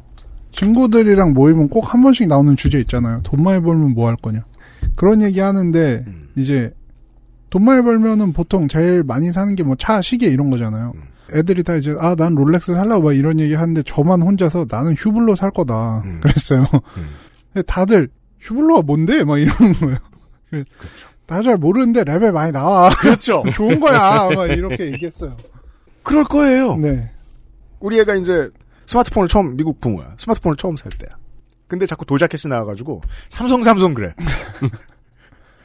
친구들이랑 모이면 꼭 한 번씩 나오는 주제 있잖아요. 돈 많이 벌면 뭐 할 거냐. 그런 얘기 하는데
음.
이제 돈 많이 벌면은 보통 제일 많이 사는 게 뭐 차 시계 이런 거잖아요.
음.
애들이 다 이제 아 난 롤렉스 살라고 막 이런 얘기 하는데 저만 혼자서 나는 휴블로 살 거다
음.
그랬어요.
음.
근데 다들 휴블로가 뭔데 막 이러는 거예요. 나 잘 모르는데 랩에 많이 나와
그렇죠.
좋은 거야 막 이렇게 얘기했어요.
그럴 거예요.
네.
우리 애가 이제 스마트폰을 처음 미국 부모야. 스마트폰을 처음 살 때야. 근데 자꾸 도자켓이 나와가지고 삼성 삼성 그래.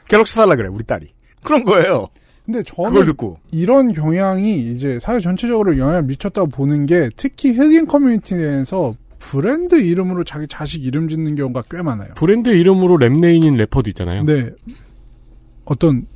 갤럭시 살라 그래 우리 딸이. 그런 거예요.
근데 저는
그걸 듣고.
이런 경향이 이제 사회 전체적으로 영향을 미쳤다고 보는 게 특히 흑인 커뮤니티 내에서 브랜드 이름으로 자기 자식 이름 짓는 경우가 꽤 많아요.
브랜드 이름으로 랩네인인 래퍼도 있잖아요.
네. 어떤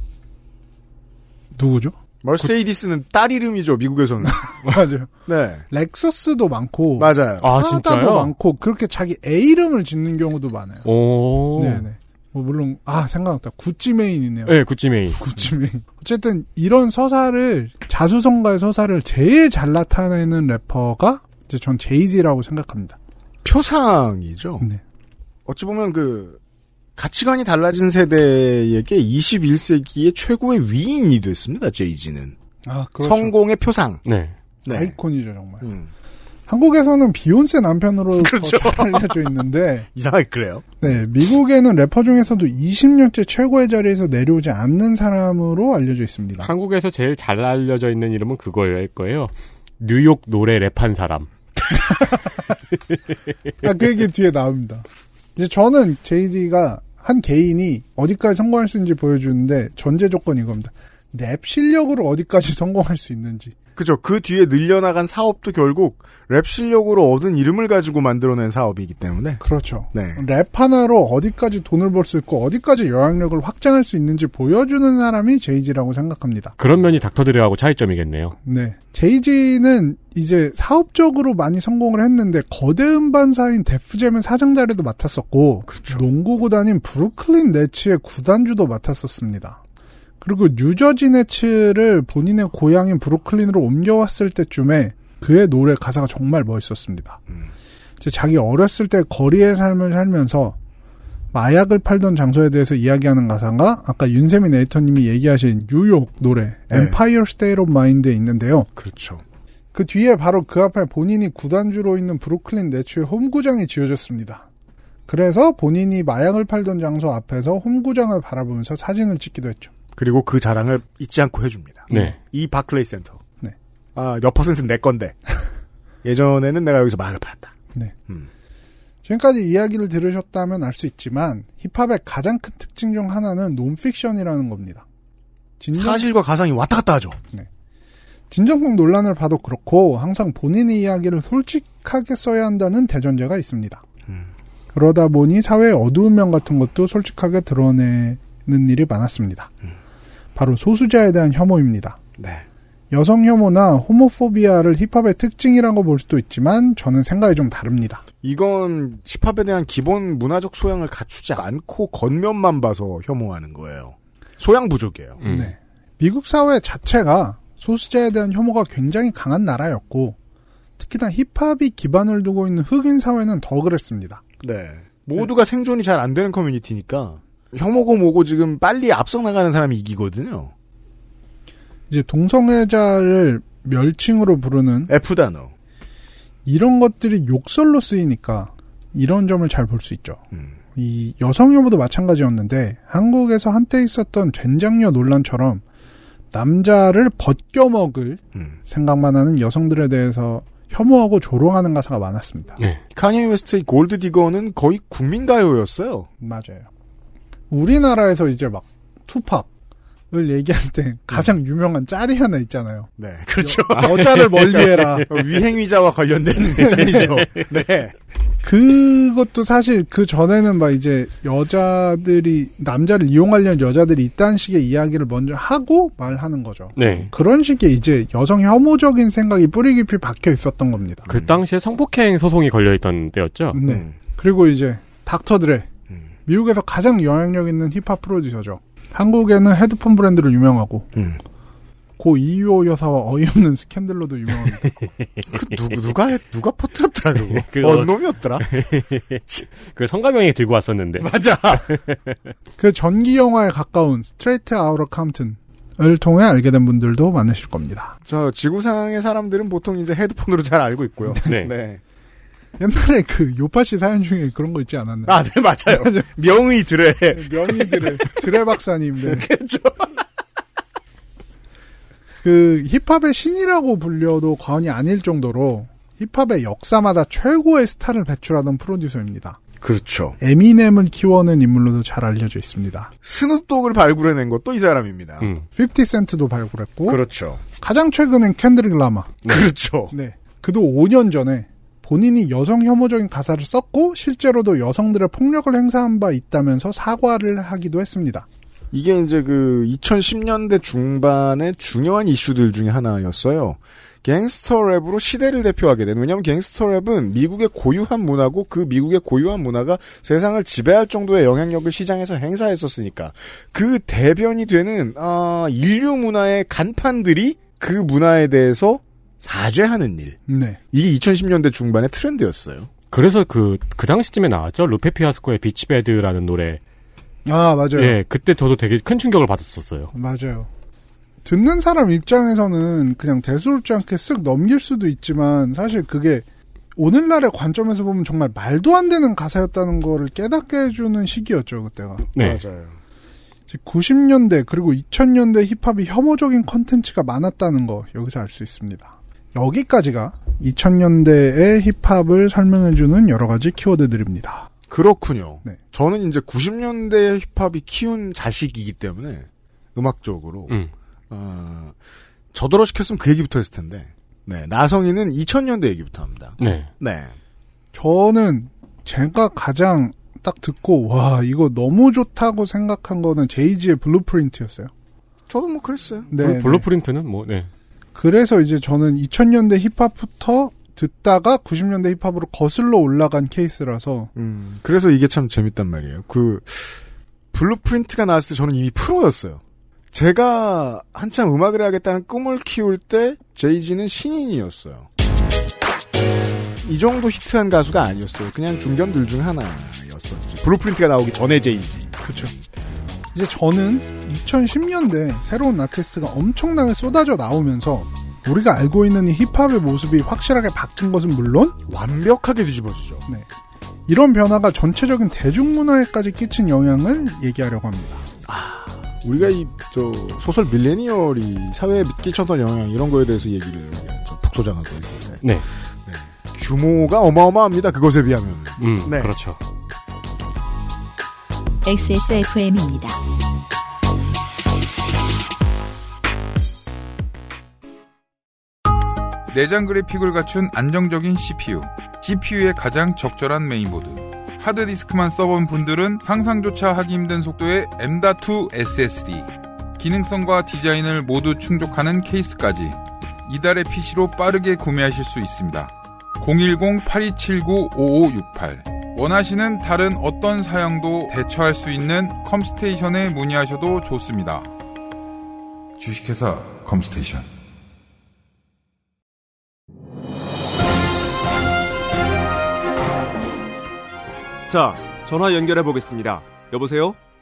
누구죠?
멀세이디스는 딸 이름이죠 미국에서는.
맞아요.
네.
렉서스도 많고
맞아요.
뭐? 아,
프라다도
진짜요?
많고 그렇게 자기 애 이름을 짓는 경우도 많아요.
오.
네, 네. 뭐 물론 아 생각났다. 구찌 메인이네요.
네, 구찌메인.
구찌메인. 어쨌든 이런 서사를 자수성가의 서사를 제일 잘 나타내는 래퍼가 이제 전 제이지라고 생각합니다.
표상이죠.
네.
어찌 보면 그 가치관이 달라진 세대에게 21세기의 최고의 위인이 됐습니다. 제이지는
아, 그렇죠.
성공의 표상.
네.
네.
아이콘이죠, 정말.
음.
한국에서는 비욘세 남편으로
그렇죠.
더잘 알려져 있는데,
이상하게 그래요.
네, 미국에는 래퍼 중에서도 20년째 최고의 자리에서 내려오지 않는 사람으로 알려져 있습니다.
한국에서 제일 잘 알려져 있는 이름은 그거일 거예요. 뉴욕 노래 랩한 사람.
아, 그 얘기 뒤에 나옵니다. 이제 저는 제이지가 한 개인이 어디까지 성공할 수 있는지 보여주는데 전제 조건이 이겁니다. 랩 실력으로 어디까지 성공할 수 있는지.
그죠. 그 뒤에 늘려나간 사업도 결국 랩 실력으로 얻은 이름을 가지고 만들어낸 사업이기 때문에.
그렇죠.
네.
랩 하나로 어디까지 돈을 벌 수 있고 어디까지 영향력을 확장할 수 있는지 보여주는 사람이 제이지라고 생각합니다.
그런 면이 닥터드레하고 차이점이겠네요.
네. 제이지는 이제 사업적으로 많이 성공을 했는데 거대 음반사인 데프잼의 사장 자리도 맡았었고 농구 구단인 브루클린 네츠의 구단주도 맡았었습니다. 그리고 뉴저지 네츠를 본인의 고향인 브루클린으로 옮겨왔을 때쯤에 그의 노래 가사가 정말 멋있었습니다. 이제 자기 어렸을 때 거리의 삶을 살면서 마약을 팔던 장소에 대해서 이야기하는 가사가 아까 윤세민 에디터님이 얘기하신 뉴욕 노래
네.
Empire State of Mind에 있는데요.
그렇죠.
그 뒤에 바로 그 앞에 본인이 구단주로 있는 브루클린 내추의 홈구장이 지어졌습니다. 그래서 본인이 마약을 팔던 장소 앞에서 홈구장을 바라보면서 사진을 찍기도 했죠.
그리고 그 자랑을 잊지 않고 해줍니다.
네.
음.
이 바클레이 센터.
네.
아, 몇 퍼센트는 내 건데. 예전에는 내가 여기서 많을 팔았다.
지금까지 이야기를 들으셨다면 알 수 있지만 힙합의 가장 큰 특징 중 하나는 논픽션이라는 겁니다. 진정
사실과 가상이 왔다 갔다 하죠.
진정성 논란을 봐도 그렇고 항상 본인의 이야기를 솔직하게 써야 한다는 대전제가 있습니다. 그러다 보니 사회의 어두운 면 같은 것도 솔직하게 드러내는 일이 많았습니다. 바로 소수자에 대한 혐오입니다.
네.
여성 혐오나 호모포비아를 힙합의 특징이라고 볼 수도 있지만 저는 생각이 좀 다릅니다.
이건 힙합에 대한 기본 문화적 소양을 갖추지 않고 겉면만 봐서 혐오하는 거예요. 소양 부족이에요.
음.
네. 미국 사회 자체가 소수자에 대한 혐오가 굉장히 강한 나라였고 특히나 힙합이 기반을 두고 있는 흑인 사회는 더 그랬습니다.
네. 모두가 생존이 잘 안 되는 커뮤니티니까 혐오고 뭐고 지금 빨리 앞서 나가는 사람이 이기거든요.
이제 동성애자를 멸칭으로 부르는
F 단어.
이런 것들이 욕설로 쓰이니까 이런 점을 잘 볼 수 있죠.
음.
이 여성 혐오도 마찬가지였는데 한국에서 한때 있었던 된장녀 논란처럼 남자를 벗겨먹을
음.
생각만 하는 여성들에 대해서 혐오하고 조롱하는 가사가 많았습니다.
카니에 웨스트의 골드 디거는 거의 국민가요였어요.
맞아요. 우리나라에서 이제 막 투팍을 얘기할 때 가장 유명한 짤이 하나 있잖아요.
네, 그렇죠.
여자를 멀리해라.
위행위자와 관련된 예전이죠. 네.
그것도 사실 그 전에는 막 이제 여자들이 남자를 이용하려는 여자들이 있다는 식의 이야기를 먼저 하고 말하는 거죠.
네.
그런 식의 이제 여성 혐오적인 생각이 뿌리 깊이 박혀 있었던 겁니다.
그 당시에 성폭행 소송이 걸려있던 때였죠.
네.
음.
그리고 이제 닥터드레
음.
미국에서 가장 영향력 있는 힙합 프로듀서죠. 한국에는 헤드폰 브랜드로 유명하고
음.
고 이효 여사와 어이없는 스캔들로도 유명합니다.
그 누, 누가 했- 누가 퍼뜨렸더라 그거.
그거.
어, 놈이었더라.
그 성가명이 들고 왔었는데.
네.
맞아.
그 전기 영화에 가까운 스트레이트 아우러 캄튼을 통해 알게 된 분들도 많으실 겁니다.
저 지구상의 사람들은 보통 이제 헤드폰으로 잘 알고 있고요.
네.
옛날에 그 요파 씨 사연 중에 그런 거 있지 않았나요?
아, 네 맞아요. 네, 명의 드레.
면이들의 드레 박사님. 네. 그 힙합의 신이라고 불려도 과언이 아닐 정도로 힙합의 역사마다 최고의 스타를 배출하던 프로듀서입니다.
그렇죠.
에미넴을 키워낸 인물로도 잘 알려져 있습니다.
스눕독을 발굴해낸 것도 이 사람입니다.
음.
50센트도 발굴했고
그렇죠.
가장 최근엔 캔드릭 라마.
그렇죠.
네. 그도 5년 전에 본인이 여성 혐오적인 가사를 썼고 실제로도 여성들의 폭력을 행사한 바 있다면서 사과를 하기도 했습니다.
이게 이제 그 2010년대 중반의 중요한 이슈들 중에 하나였어요. 갱스터 랩으로 시대를 대표하게 된, 왜냐면 하 갱스터 랩은 미국의 고유한 문화고 그 미국의 고유한 문화가 세상을 지배할 정도의 영향력을 시장에서 행사했었으니까 그 대변이 되는, 아, 인류 문화의 간판들이 그 문화에 대해서 사죄하는 일.
네.
이게 2010년대 중반의 트렌드였어요.
그래서 그, 그 당시쯤에 나왔죠. 루페 피아스코의 비치베드라는 노래.
아 맞아요.
예, 그때 저도 되게 큰 충격을 받았었어요.
맞아요. 듣는 사람 입장에서는 그냥 대수롭지 않게 쓱 넘길 수도 있지만 사실 그게 오늘날의 관점에서 보면 정말 말도 안 되는 가사였다는 거를 깨닫게 해주는 시기였죠 그때가
네.
맞아요.
90년대 그리고 2000년대 힙합이 혐오적인 컨텐츠가 많았다는 거 여기서 알 수 있습니다 여기까지가 2000년대의 힙합을 설명해주는 여러 가지 키워드들입니다
그렇군요.
네.
저는 이제 90년대 힙합이 키운 자식이기 때문에 음악적으로
음.
어, 저더러 시켰으면 그 얘기부터 했을 텐데. 네, 나성이는 2000년대 얘기부터 합니다.
네.
네.
저는 제가 가장 딱 듣고 와 이거 너무 좋다고 생각한 거는 제이지의 블루프린트였어요
저도 뭐 그랬어요.
네,
블루 프린트는 뭐, 네.
그래서 이제 저는 2000년대 힙합부터 듣다가 90년대 힙합으로 거슬러 올라간 케이스라서
음, 그래서 이게 참 재밌단 말이에요. 그 블루프린트가 나왔을 때 저는 이미 프로였어요. 제가 한참 음악을 하겠다는 꿈을 키울 때 제이지는 신인이었어요. 이 정도 히트한 가수가 아니었어요. 그냥 중견들 중 하나였었지. 블루프린트가 나오기 전에 제이지. 그렇죠.
이제 저는 2010년대 새로운 아티스트가 엄청나게 쏟아져 나오면서 우리가 알고 있는 이 힙합의 모습이 확실하게 바뀐 것은 물론 네,
완벽하게 뒤집어지죠.
이런 변화가 전체적인 대중문화에까지 끼친 영향을 얘기하려고 합니다.
우리가 이 저 소설 밀레니얼이 사회에 끼쳤던 영향 이런 거에 대해서 얘기를 저 북소장하고 있었는데
네.
규모가 어마어마합니다. 그것에 비하면
음,
네.
그렇죠.
XSFM입니다.
내장 그래픽을 갖춘 안정적인 CPU, GPU에 가장 적절한 메인보드. 하드디스크만 써본 분들은 상상조차 하기 힘든 속도의 M.2 SSD. 기능성과 디자인을 모두 충족하는 케이스까지 이달의 PC로 빠르게 구매하실 수 있습니다. 010-8279-5568. 원하시는 다른 어떤 사양도 대처할 수 있는 컴스테이션에 문의하셔도 좋습니다. 주식회사 컴스테이션.
자, 전화 연결해 보겠습니다. 여보세요?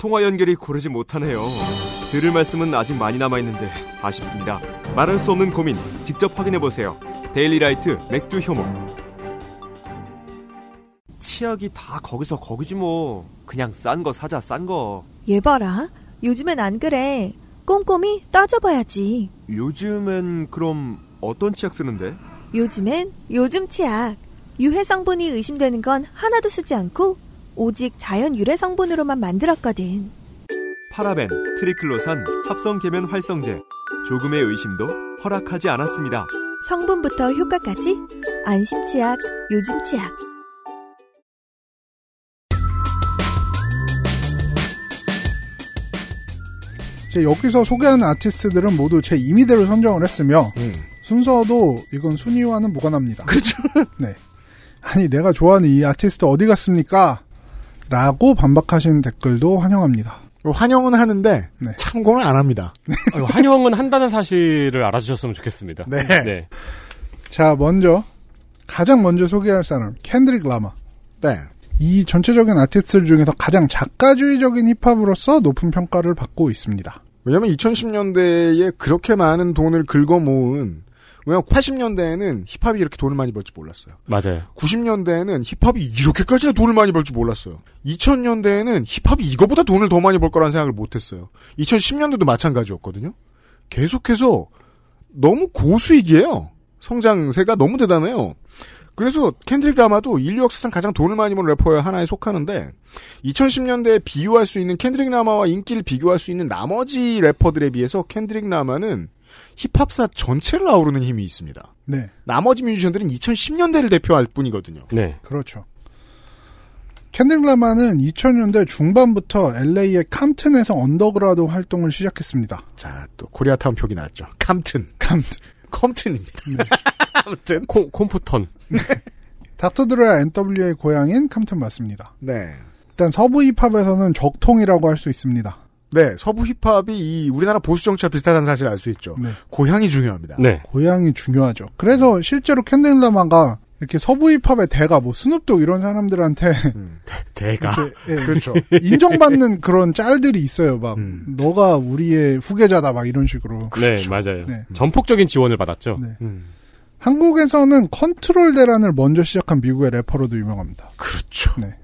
통화 연결이 고르지 못하네요. 들을 말씀은 아직 많이 남아 있는데 아쉽습니다. 말할 수 없는 고민 직접 확인해 보세요. 데일리라이트 맥주 효모. 치약이 다 거기서 거기지 뭐. 그냥 싼 거 사자 싼 거.
얘 봐라. 요즘엔 안 그래. 꼼꼼히 따져봐야지.
요즘엔 그럼 어떤 치약 쓰는데?
요즘엔 요즘 치약. 유해 성분이 의심되는 건 하나도 쓰지 않고 오직 자연 유래 성분으로만 만들었거든.
파라벤, 트리클로산, 합성 계면 활성제. 조금의 의심도 허락하지 않았습니다.
성분부터 효과까지 안심 치약, 요즘 치약.
이제 여기서 소개하는 아티스트들은 모두 제 임의대로 선정을 했으며 순서도 이건 순위와는 무관합니다. 음. 그렇죠. 네. 아니 내가 좋아하는 이 아티스트 어디 갔습니까? 라고 반박하신 댓글도 환영합니다.
환영은 하는데
네.
참고는 안 합니다.
아유, 한영은 한다는 사실을 알아주셨으면 좋겠습니다.
네.
네.
자 먼저 가장 먼저 소개할 사람 캔드릭 라마.
네.
이 전체적인 아티스트 중에서 가장 작가주의적인 힙합으로서 높은 평가를 받고 있습니다.
왜냐면 2010년대에 그렇게 많은 돈을 긁어 모은 왜냐면 80년대에는 힙합이 이렇게 돈을 많이 벌지 몰랐어요.
맞아요.
90년대에는 힙합이 이렇게까지나 돈을 많이 벌지 몰랐어요. 2000년대에는 힙합이 이거보다 돈을 더 많이 벌 거란 생각을 못 했어요. 2010년대도 마찬가지였거든요. 계속해서 너무 고수익이에요. 성장세가 너무 대단해요. 그래서 캔드릭 라마도 인류 역사상 가장 돈을 많이 버는 래퍼의 하나에 속하는데 2010년대에 비유할 수 있는 캔드릭 라마와 인기를 비교할 수 있는 나머지 래퍼들에 비해서 캔드릭 라마는 힙합사 전체를 아우르는 힘이 있습니다.
네,
나머지 뮤지션들은 2010년대를 대표할 뿐이거든요.
네.
그렇죠. 켄딩 라마는 2000년대 중반부터 LA의 캄튼에서 언더그라드 활동을 시작했습니다.
자, 또 코리아타운 표기 나왔죠. 캄튼.
캄튼.
컴튼입니다.
음.
아무튼.
콤, 콤프턴.
닥터 드레아 NW의 고향인 캄튼 맞습니다.
네.
일단 서부 힙합에서는 적통이라고 할 수 있습니다.
네, 서부 힙합이 이 우리나라 보수 정치와 비슷하다는 사실을 알 수 있죠.
네.
고향이 중요합니다.
아,
네.
고향이 중요하죠. 그래서 실제로 캔딩 라마가 이렇게 서부 힙합의 대가 뭐 스눕독 이런 사람들한테
대가.
예,
그렇죠.
인정받는 그런 짤들이 있어요. 막
음.
너가 우리의 후계자다 막 이런 식으로.
네, 맞아요.
네.
전폭적인 지원을 받았죠.
네.
음.
한국에서는 컨트롤 대란을 먼저 시작한 미국의 래퍼로도 유명합니다.
그렇죠.
네.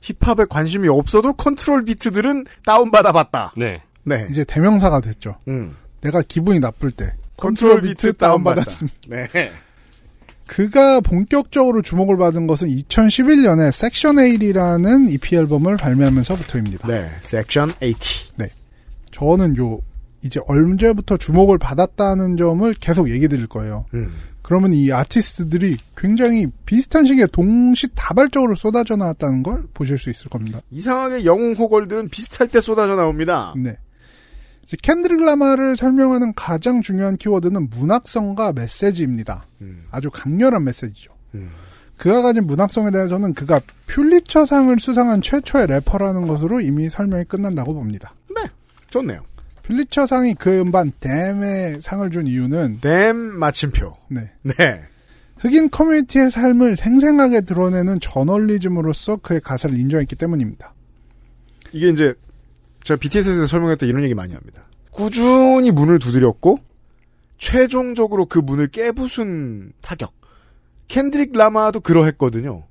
힙합에 관심이 없어도 컨트롤 비트들은 다운받아 봤다.
네.
네.
이제 대명사가 됐죠.
음.
내가 기분이 나쁠 때
컨트롤 비트 다운받았습니다.
다운받았습니다.
네.
그가 본격적으로 주목을 받은 것은 2011년에 섹션 8이라는 EP 앨범을 발매하면서부터입니다.
네. 섹션 80.
저는 요 이제 언제부터 주목을 받았다는 점을 계속 얘기 드릴 거예요.
음.
그러면 이 아티스트들이 굉장히 비슷한 시기에 동시다발적으로 쏟아져 나왔다는 걸 보실 수 있을 겁니다.
이상하게 영웅 호걸들은 비슷할 때 쏟아져 나옵니다.
네. 이제 캔드릭 라마를 설명하는 가장 중요한 키워드는 문학성과 메시지입니다.
음.
아주 강렬한 메시지죠.
음.
그가 가진 문학성에 대해서는 그가 퓰리처상을 수상한 최초의 래퍼라는 것으로 이미 설명이 끝난다고 봅니다.
좋네요.
퓰리처상이 그의 음반 댐에 상을 준 이유는
댐 마침표.
네.
네.
흑인 커뮤니티의 삶을 생생하게 드러내는 저널리즘으로서 그의 가사를 인정했기 때문입니다.
이게 이제 제가 BTS에 대해서 설명할 때 이런 얘기 많이 합니다. 꾸준히 문을 두드렸고 최종적으로 그 문을 깨부순 타격. 캔드릭 라마도 그러했거든요.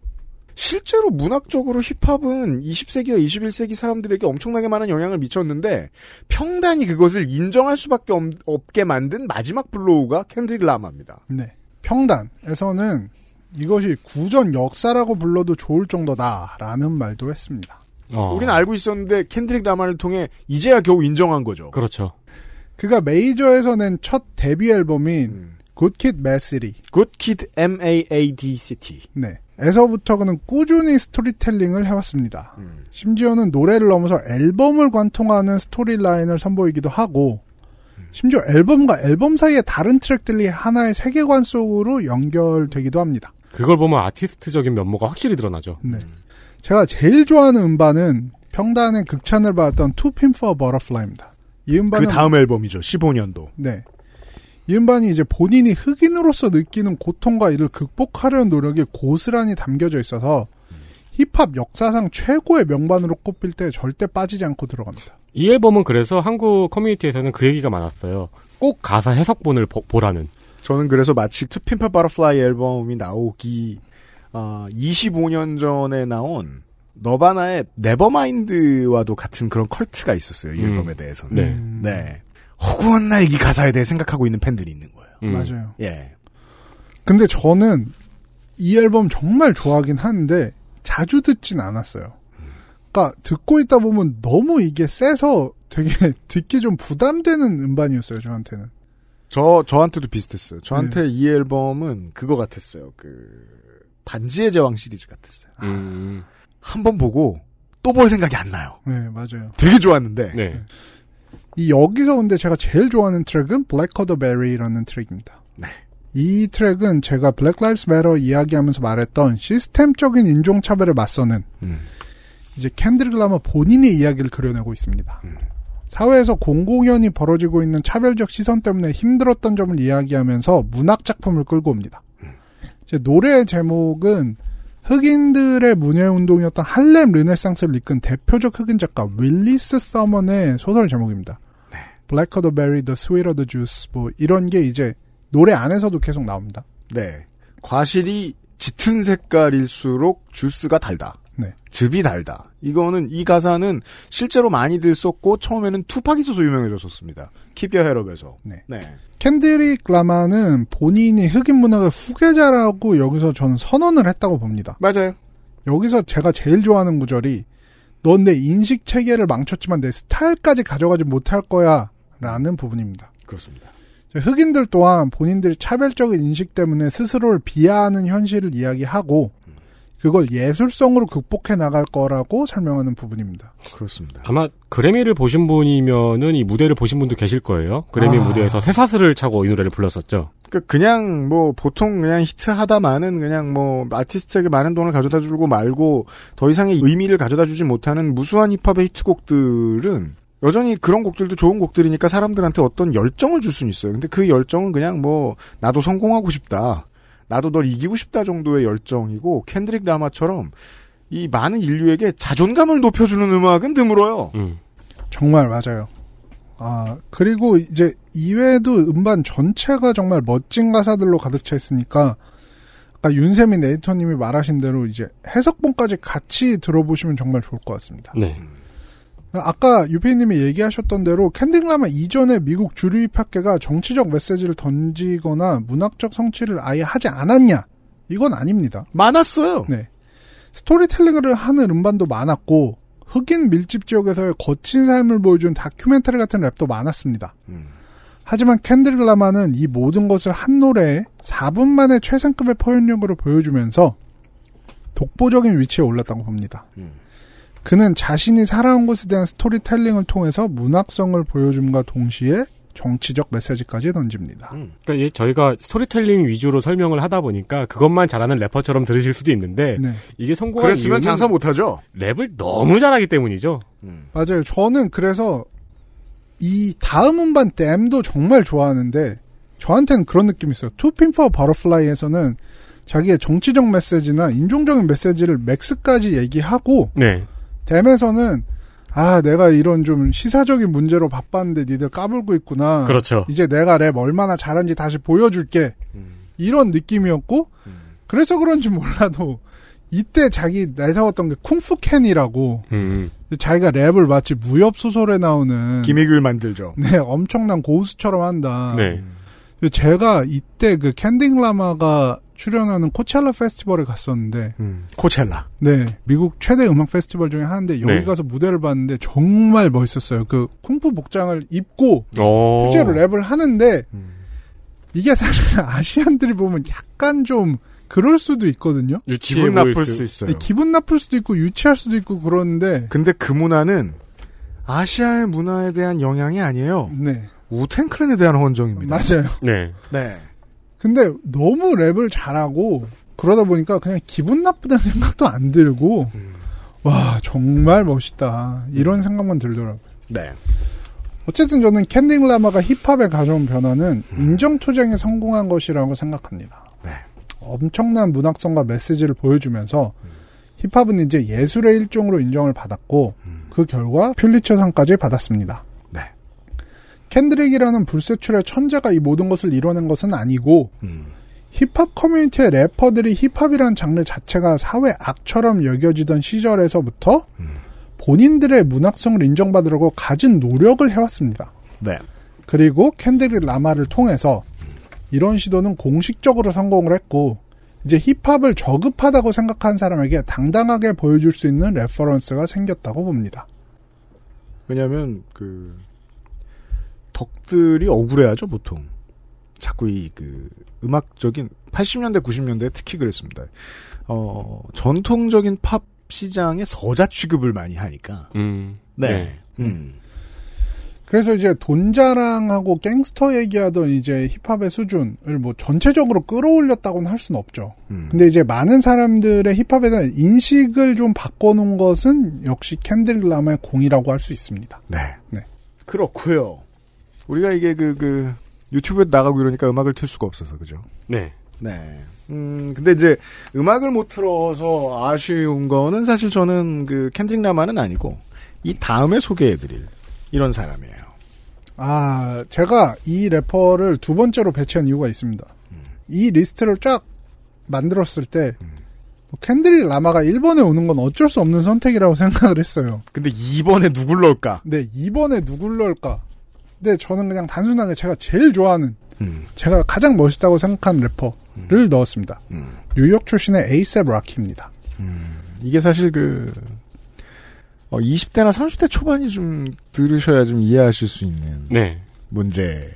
실제로 문학적으로 힙합은 20세기와 21세기 사람들에게 엄청나게 많은 영향을 미쳤는데 평단이 그것을 인정할 수밖에 없- 없게 만든 마지막 블로우가 캔드릭 라마입니다.
네. 평단에서는 이것이 구전 역사라고 불러도 좋을 정도다라는 말도 했습니다.
어.
우리는 알고 있었는데 캔드릭 라마를 통해 이제야 겨우 인정한 거죠.
그렇죠.
그가 메이저에서 낸 첫 데뷔 앨범인
음.
굿킷 매스리
굿키드 MAAD 시티.
네. 에서부터 그는 꾸준히 스토리텔링을 해왔습니다.
음.
심지어는 노래를 넘어서 앨범을 관통하는 스토리라인을 선보이기도 하고, 심지어 앨범과 앨범 사이의 다른 트랙들이 하나의 세계관 속으로 연결되기도 합니다.
그걸 보면 아티스트적인 면모가 확실히 드러나죠.
네. 제가 제일 좋아하는 음반은 평단의 극찬을 받았던 To Pimp for Butterfly입니다. 이
그
음반은
다음 앨범이죠. 15년도.
네. 이 음반이 이제 본인이 흑인으로서 느끼는 고통과 이를 극복하려는 노력이 고스란히 담겨져 있어서 힙합 역사상 최고의 명반으로 꼽힐 때 절대 빠지지 않고 들어갑니다.
이 앨범은 그래서 한국 커뮤니티에서는 그 얘기가 많았어요. 꼭 가사 해석본을 보, 라는
저는 그래서 마치 투핀파 바터플라이 앨범이 나오기 아, 25년 전에 나온 너바나의 네버마인드와도 같은 그런 컬트가 있었어요. 이
음.
앨범에 대해서는.
네.
음,
네. 허구한 날 이 가사에 대해 생각하고 있는 팬들이 있는 거예요.
음.
맞아요.
예.
근데 저는 이 앨범 정말 좋아하긴 하는데 자주 듣진 않았어요. 그러니까 듣고 있다 보면 너무 이게 세서 되게 듣기 좀 부담되는 음반이었어요, 저한테는.
저 저한테도 비슷했어요.
네.
저한테 이 앨범은 그거 같았어요. 그 반지의 제왕 시리즈 같았어요.
음.
한 번 보고 또 볼 생각이 안 나요.
네, 맞아요.
되게 좋았는데.
네.
이 여기서 근데 제가 제일 좋아하는 트랙은 블랙커더 베리라는 트랙입니다.
네.
이 트랙은 제가 블랙 라이브스 매러 이야기하면서 말했던 시스템적인 인종차별에 맞서는
음.
이제 캔드릭 라마 본인의 이야기를 그려내고 있습니다.
음.
사회에서 공공연히 벌어지고 있는 차별적 시선 때문에 힘들었던 점을 이야기하면서 문학 작품을 끌고 옵니다.
음.
이제 노래의 제목은 흑인들의 문예 운동이었던 할렘 르네상스를 이끈 대표적 흑인 작가 윌리스 서먼의 소설 제목입니다. Blacker the Berry, the Sweeter the Juice 뭐 이런 게 이제 노래 안에서도 계속 나옵니다.
네. 과실이 짙은 색깔일수록 주스가 달다.
네.
즙이 달다. 이거는 이 가사는 실제로 많이들 썼고 처음에는 투팍이 있어서 유명해졌었습니다. 키비어 헤럽에서.
네. 캔드릭 라마는 본인이 흑인 문학의 후계자라고 여기서 저는 선언을 했다고 봅니다.
맞아요.
여기서 제가 제일 좋아하는 구절이 넌 내 인식 체계를 망쳤지만 내 스타일까지 가져가지 못할 거야 라는 부분입니다.
그렇습니다.
흑인들 또한 본인들의 차별적인 인식 때문에 스스로를 비하하는 현실을 이야기하고 그걸 예술성으로 극복해 나갈 거라고 설명하는 부분입니다.
그렇습니다.
아마 그래미를 보신 분이면은 이 무대를 보신 분도 계실 거예요. 그래미
아.
무대에서 쇠사슬을 차고 이 노래를 불렀었죠.
그러니까 그냥 뭐 보통 그냥 히트하다마는 그냥 뭐 아티스트에게 많은 돈을 가져다 주고 말고 더 이상의 의미를 가져다 주지 못하는 무수한 힙합의 히트곡들은 여전히 그런 곡들도 좋은 곡들이니까 사람들한테 어떤 열정을 줄 수는 있어요. 근데 그 열정은 그냥 뭐 나도 성공하고 싶다. 나도 널 이기고 싶다 정도의 열정이고 캔드릭 라마처럼 이 많은 인류에게 자존감을 높여주는 음악은 드물어요.
음.
정말 맞아요. 아, 그리고 이제 이외에도 음반 전체가 정말 멋진 가사들로 가득 차 있으니까 아까 윤세민 에디터님이 말하신 대로 이제 해석본까지 같이 들어보시면 정말 좋을 것 같습니다.
네.
아까 유피님이 얘기하셨던 대로 캔딩라마 이전에 미국 주류 힙합계가 정치적 메시지를 던지거나 문학적 성취를 아예 하지 않았냐? 이건 아닙니다.
많았어요.
네. 스토리텔링을 하는 음반도 많았고 흑인 밀집 지역에서의 거친 삶을 보여준 다큐멘터리 같은 랩도 많았습니다. 하지만 캔들라마는 이 모든 것을 한 노래에 4분 만에 최상급의 표현력으로 보여주면서 독보적인 위치에 올랐다고 봅니다. 그는 자신이 살아온 것에 대한 스토리텔링을 통해서 문학성을 보여줌과 동시에 정치적 메시지까지 던집니다.
음.
그러니까 이게 저희가 스토리텔링 위주로 설명을 하다 보니까 그것만 잘하는 래퍼처럼 들으실 수도 있는데
네.
이게 성공한
그랬으면
이유는
장사 못하죠.
랩을 너무 잘하기 때문이죠.
맞아요. 저는 그래서 이 다음 음반 때 M도 정말 좋아하는데 저한테는 그런 느낌이 있어요. 투핀 포 버터플라이에서는 자기의 정치적 메시지나 인종적인 메시지를 맥스까지 얘기하고
네.
댐에서는 아 내가 이런 좀 시사적인 문제로 바빴는데 니들 까불고 있구나.
그렇죠.
이제 내가 랩 얼마나 잘하는지 다시 보여줄게. 이런 느낌이었고 그래서 그런지 몰라도 이때 자기 내세웠던 게 쿵푸 캔이라고
음.
자기가 랩을 마치 무협 소설에 나오는
기믹을 만들죠.
네 엄청난 고수처럼 한다.
네.
제가 이때 그 캔딩 라마가 출연하는 코첼라 페스티벌에 갔었는데,
음, 코첼라.
네 미국 최대 음악 페스티벌 중에 하나인데 여기
네.
가서 무대를 봤는데 정말 멋있었어요. 그 쿵푸 복장을 입고
어.
실제로 랩을 하는데 이게 사실 아시안들이 보면 약간 좀 그럴 수도 있거든요.
유치해
기분
보일
나쁠 수 있어요.
기분 나쁠 수도 있고 유치할 수도 있고 그러는데,
근데 그 문화는 아시아의 문화에 대한 영향이 아니에요.
네
우텐클랜에 대한 헌정입니다.
맞아요.
네.
네.
근데 너무 랩을 잘하고 그러다 보니까 그냥 기분 나쁘다는 생각도 안 들고
음.
와 정말 멋있다 이런 생각만 들더라고요.
네.
어쨌든 저는 캔딩 라마가 힙합에 가져온 변화는 인정 투쟁에 성공한 것이라고 생각합니다.
음. 네.
엄청난 문학성과 메시지를 보여주면서
음.
힙합은 이제 예술의 일종으로 인정을 받았고 그 결과 퓰리처상까지 받았습니다.
네.
캔드릭이라는 불세출의 천재가 이 모든 것을 이뤄낸 것은 아니고 힙합 커뮤니티의 래퍼들이 힙합이란 장르 자체가 사회 악처럼 여겨지던 시절에서부터 본인들의 문학성을 인정받으려고 가진 노력을 해왔습니다.
네.
그리고 캔드릭 라마를 통해서 이런 시도는 공식적으로 성공을 했고 이제 힙합을 저급하다고 생각한 사람에게 당당하게 보여줄 수 있는 레퍼런스가 생겼다고 봅니다.
왜냐하면 그 덕들이 억울해하죠 보통. 자꾸 이 그 음악적인 80년대 90년대 특히 그랬습니다. 어 전통적인 팝 시장의 서자 취급을 많이 하니까.
음.
네. 음.
그래서 이제 돈 자랑하고 갱스터 얘기하던 이제 힙합의 수준을 뭐 전체적으로 끌어올렸다고는 할 수는 없죠.
음.
근데 이제 많은 사람들의 힙합에 대한 인식을 좀 바꿔놓은 것은 역시 캔드릭 라마의 공이라고 할 수 있습니다.
네.
네.
그렇고요. 우리가 이게 그 그 유튜브에 나가고 이러니까 음악을 틀 수가 없어서 그죠.
네.
네. 음, 근데 이제 음악을 못 틀어서 아쉬운 거는 사실 저는 그 캔딩 라마는 아니고 이 다음에 소개해드릴 이런 사람이에요.
아, 제가 이 래퍼를 두 번째로 배치한 이유가 있습니다. 이 리스트를 쫙 만들었을 때, 뭐 캔드릭 라마가 1번에 오는 건 어쩔 수 없는 선택이라고 생각을 했어요.
근데 이번에 누굴 넣을까?
근데 2번에 누굴 넣을까? 근데 저는 그냥 단순하게 제가 제일 좋아하는,
음.
제가 가장 멋있다고 생각한 래퍼를 넣었습니다.
음.
뉴욕 출신의 에이셉 라키입니다.
이게 사실 그 어, 20대나 30대 초반이 좀 들으셔야 좀 이해하실 수 있는
네.
문제인데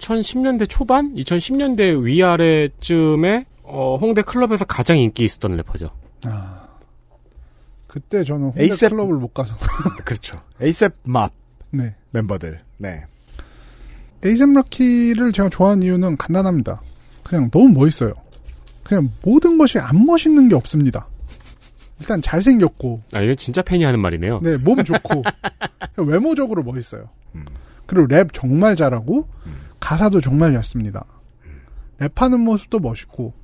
2010년대 초반, 2010년대 위아래쯤에 어, 홍대 클럽에서 가장 인기 있었던 래퍼죠.
아. 그때 저는 홍대
에이셉.
클럽을 못 가서.
그렇죠. 에이셉 맙
네.
멤버들. 네.
에이셉 럭키를 제가 좋아하는 이유는 간단합니다. 그냥 너무 멋있어요. 그냥 모든 것이 안 멋있는 게 없습니다. 일단 잘생겼고,
아, 이건 진짜 팬이 하는
어.
말이네요.
네, 몸 좋고, 그냥 외모적으로 멋있어요.
음.
그리고 랩 정말 잘하고, 가사도 정말 잘 씁니다.
음.
랩하는 모습도 멋있고,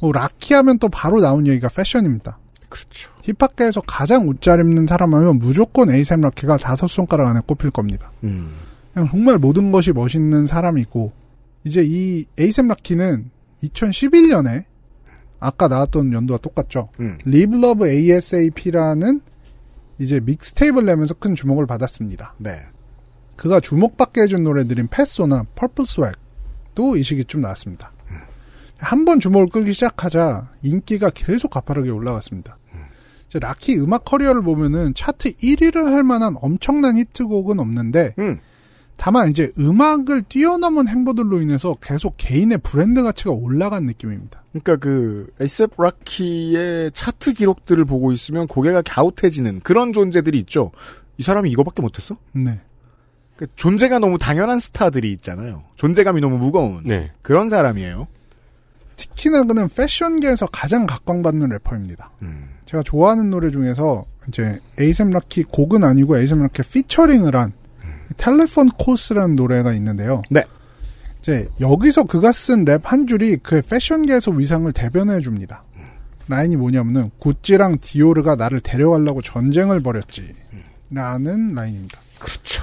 뭐, 락키 하면 또 바로 나온 얘기가 패션입니다.
그렇죠.
힙합계에서 가장 옷 잘 입는 사람 하면 무조건 에이셉 럭키가 다섯 손가락 안에 꼽힐 겁니다.
음.
그냥 정말 모든 것이 멋있는 사람이고 이제 이 에이셉 라키는 2011년에 아까 나왔던 연도와 똑같죠.
음.
Live Love ASAP라는 이제 믹스테이블 내면서 큰 주목을 받았습니다.
네.
그가 주목받게 해준 노래들인 패소나 퍼플 스웩도 이 시기쯤 나왔습니다. 한 번 주목을 끄기 시작하자 인기가 계속 가파르게 올라갔습니다. 이제 라키 음악 커리어를 보면은 차트 1위를 할 만한 엄청난 히트곡은 없는데
음.
다만 이제 음악을 뛰어넘은 행보들로 인해서 계속 개인의 브랜드 가치가 올라간 느낌입니다.
그러니까 그 에이셉 락키의 차트 기록들을 보고 있으면 고개가 갸웃해지는 그런 존재들이 있죠. 이 사람이 이거밖에 못했어?
네.
그러니까 존재가 너무 당연한 스타들이 있잖아요. 존재감이 너무 무거운
네.
그런 사람이에요.
특히나 그는 패션계에서 가장 각광받는 래퍼입니다.
음.
제가 좋아하는 노래 중에서 이제 에이셈 락키 곡은 아니고 에이셈 락키 피처링을 한 텔레폰 코스라는 노래가 있는데요.
네.
이제 여기서 그가 쓴 랩 한 줄이 그의 패션계에서 위상을 대변해 줍니다. 라인이 뭐냐면은 구찌랑 디오르가 나를 데려가려고 전쟁을 벌였지. 라는 라인입니다.
그렇죠.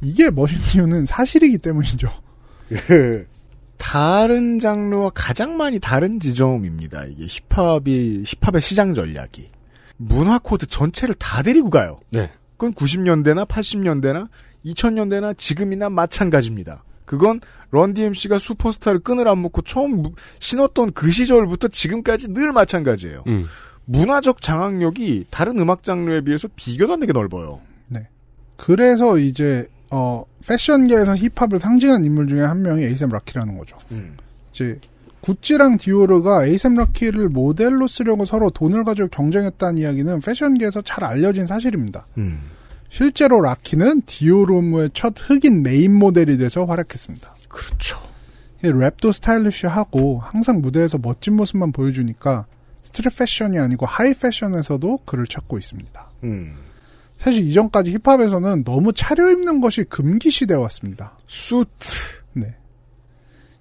이게 멋있는 이유는 사실이기 때문이죠.
그 다른 장르와 가장 많이 다른 지점입니다. 이게 힙합이 힙합의 시장 전략이 문화 코드 전체를 다 데리고 가요.
네.
그건 90년대나 80년대나 2000년대나 지금이나 마찬가지입니다. 그건 런디엠씨가 슈퍼스타를 끈을 안 묶고 처음 무- 신었던 그 시절부터 지금까지 늘 마찬가지예요.
음.
문화적 장악력이 다른 음악 장르에 비해서 비교도 안 되게 넓어요.
그래서 이제 어 패션계에서 힙합을 상징한 인물 중에 한 명이 에이셈 락키라는 거죠.
음.
이제 구찌랑 디오르가 에이셈 락키를 모델로 쓰려고 서로 돈을 가지고 경쟁했다는 이야기는 패션계에서 잘 알려진 사실입니다.
음.
실제로 락키는 디오르의 첫 흑인 메인 모델이 돼서 활약했습니다.
그렇죠.
이 랩도 스타일리쉬하고 항상 무대에서 멋진 모습만 보여주니까 스트릿 패션이 아니고 하이 패션에서도 그를 찾고 있습니다.
음.
사실 이전까지 힙합에서는 너무 차려입는 것이 금기 시대였습니다.
수트.
네.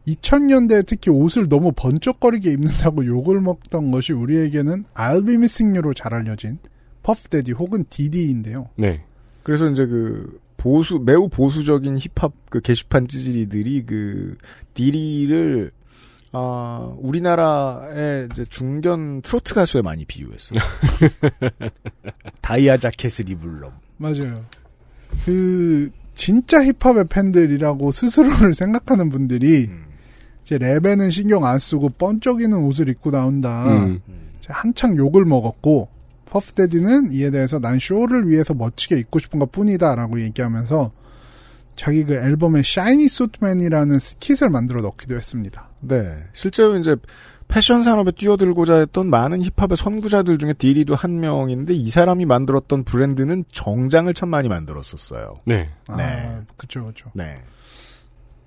2000년대에 특히 옷을 너무 번쩍거리게 입는다고 욕을 먹던 것이 우리에게는 I'll be missing you로 잘 알려진 퍼프데디 혹은 DD인데요.
네.
그래서 이제 그 보수 매우 보수적인 힙합 그 게시판 찌질이들이 그 디리를 아 우리나라의 이제 중견 트로트 가수에 많이 비유했어요. 다이아 자켓을 입을 놈.
맞아요. 그 진짜 힙합의 팬들이라고 스스로를 생각하는 분들이 이제 랩에는 신경 안 쓰고 번쩍이는 옷을 입고 나온다.
음.
이제 한창 욕을 먹었고 퍼프데디는 이에 대해서 난 쇼를 위해서 멋지게 입고 싶은 것 뿐이다라고 얘기하면서 자기 그 앨범에 샤이니 소트맨이라는 스킷을 만들어 넣기도 했습니다.
네. 실제로 이제 패션 산업에 뛰어들고자 했던 많은 힙합의 선구자들 중에 디리도 한 명인데 이 사람이 만들었던 브랜드는 정장을 참 많이 만들었었어요.
네.
네.
아, 그쵸, 그쵸.
네.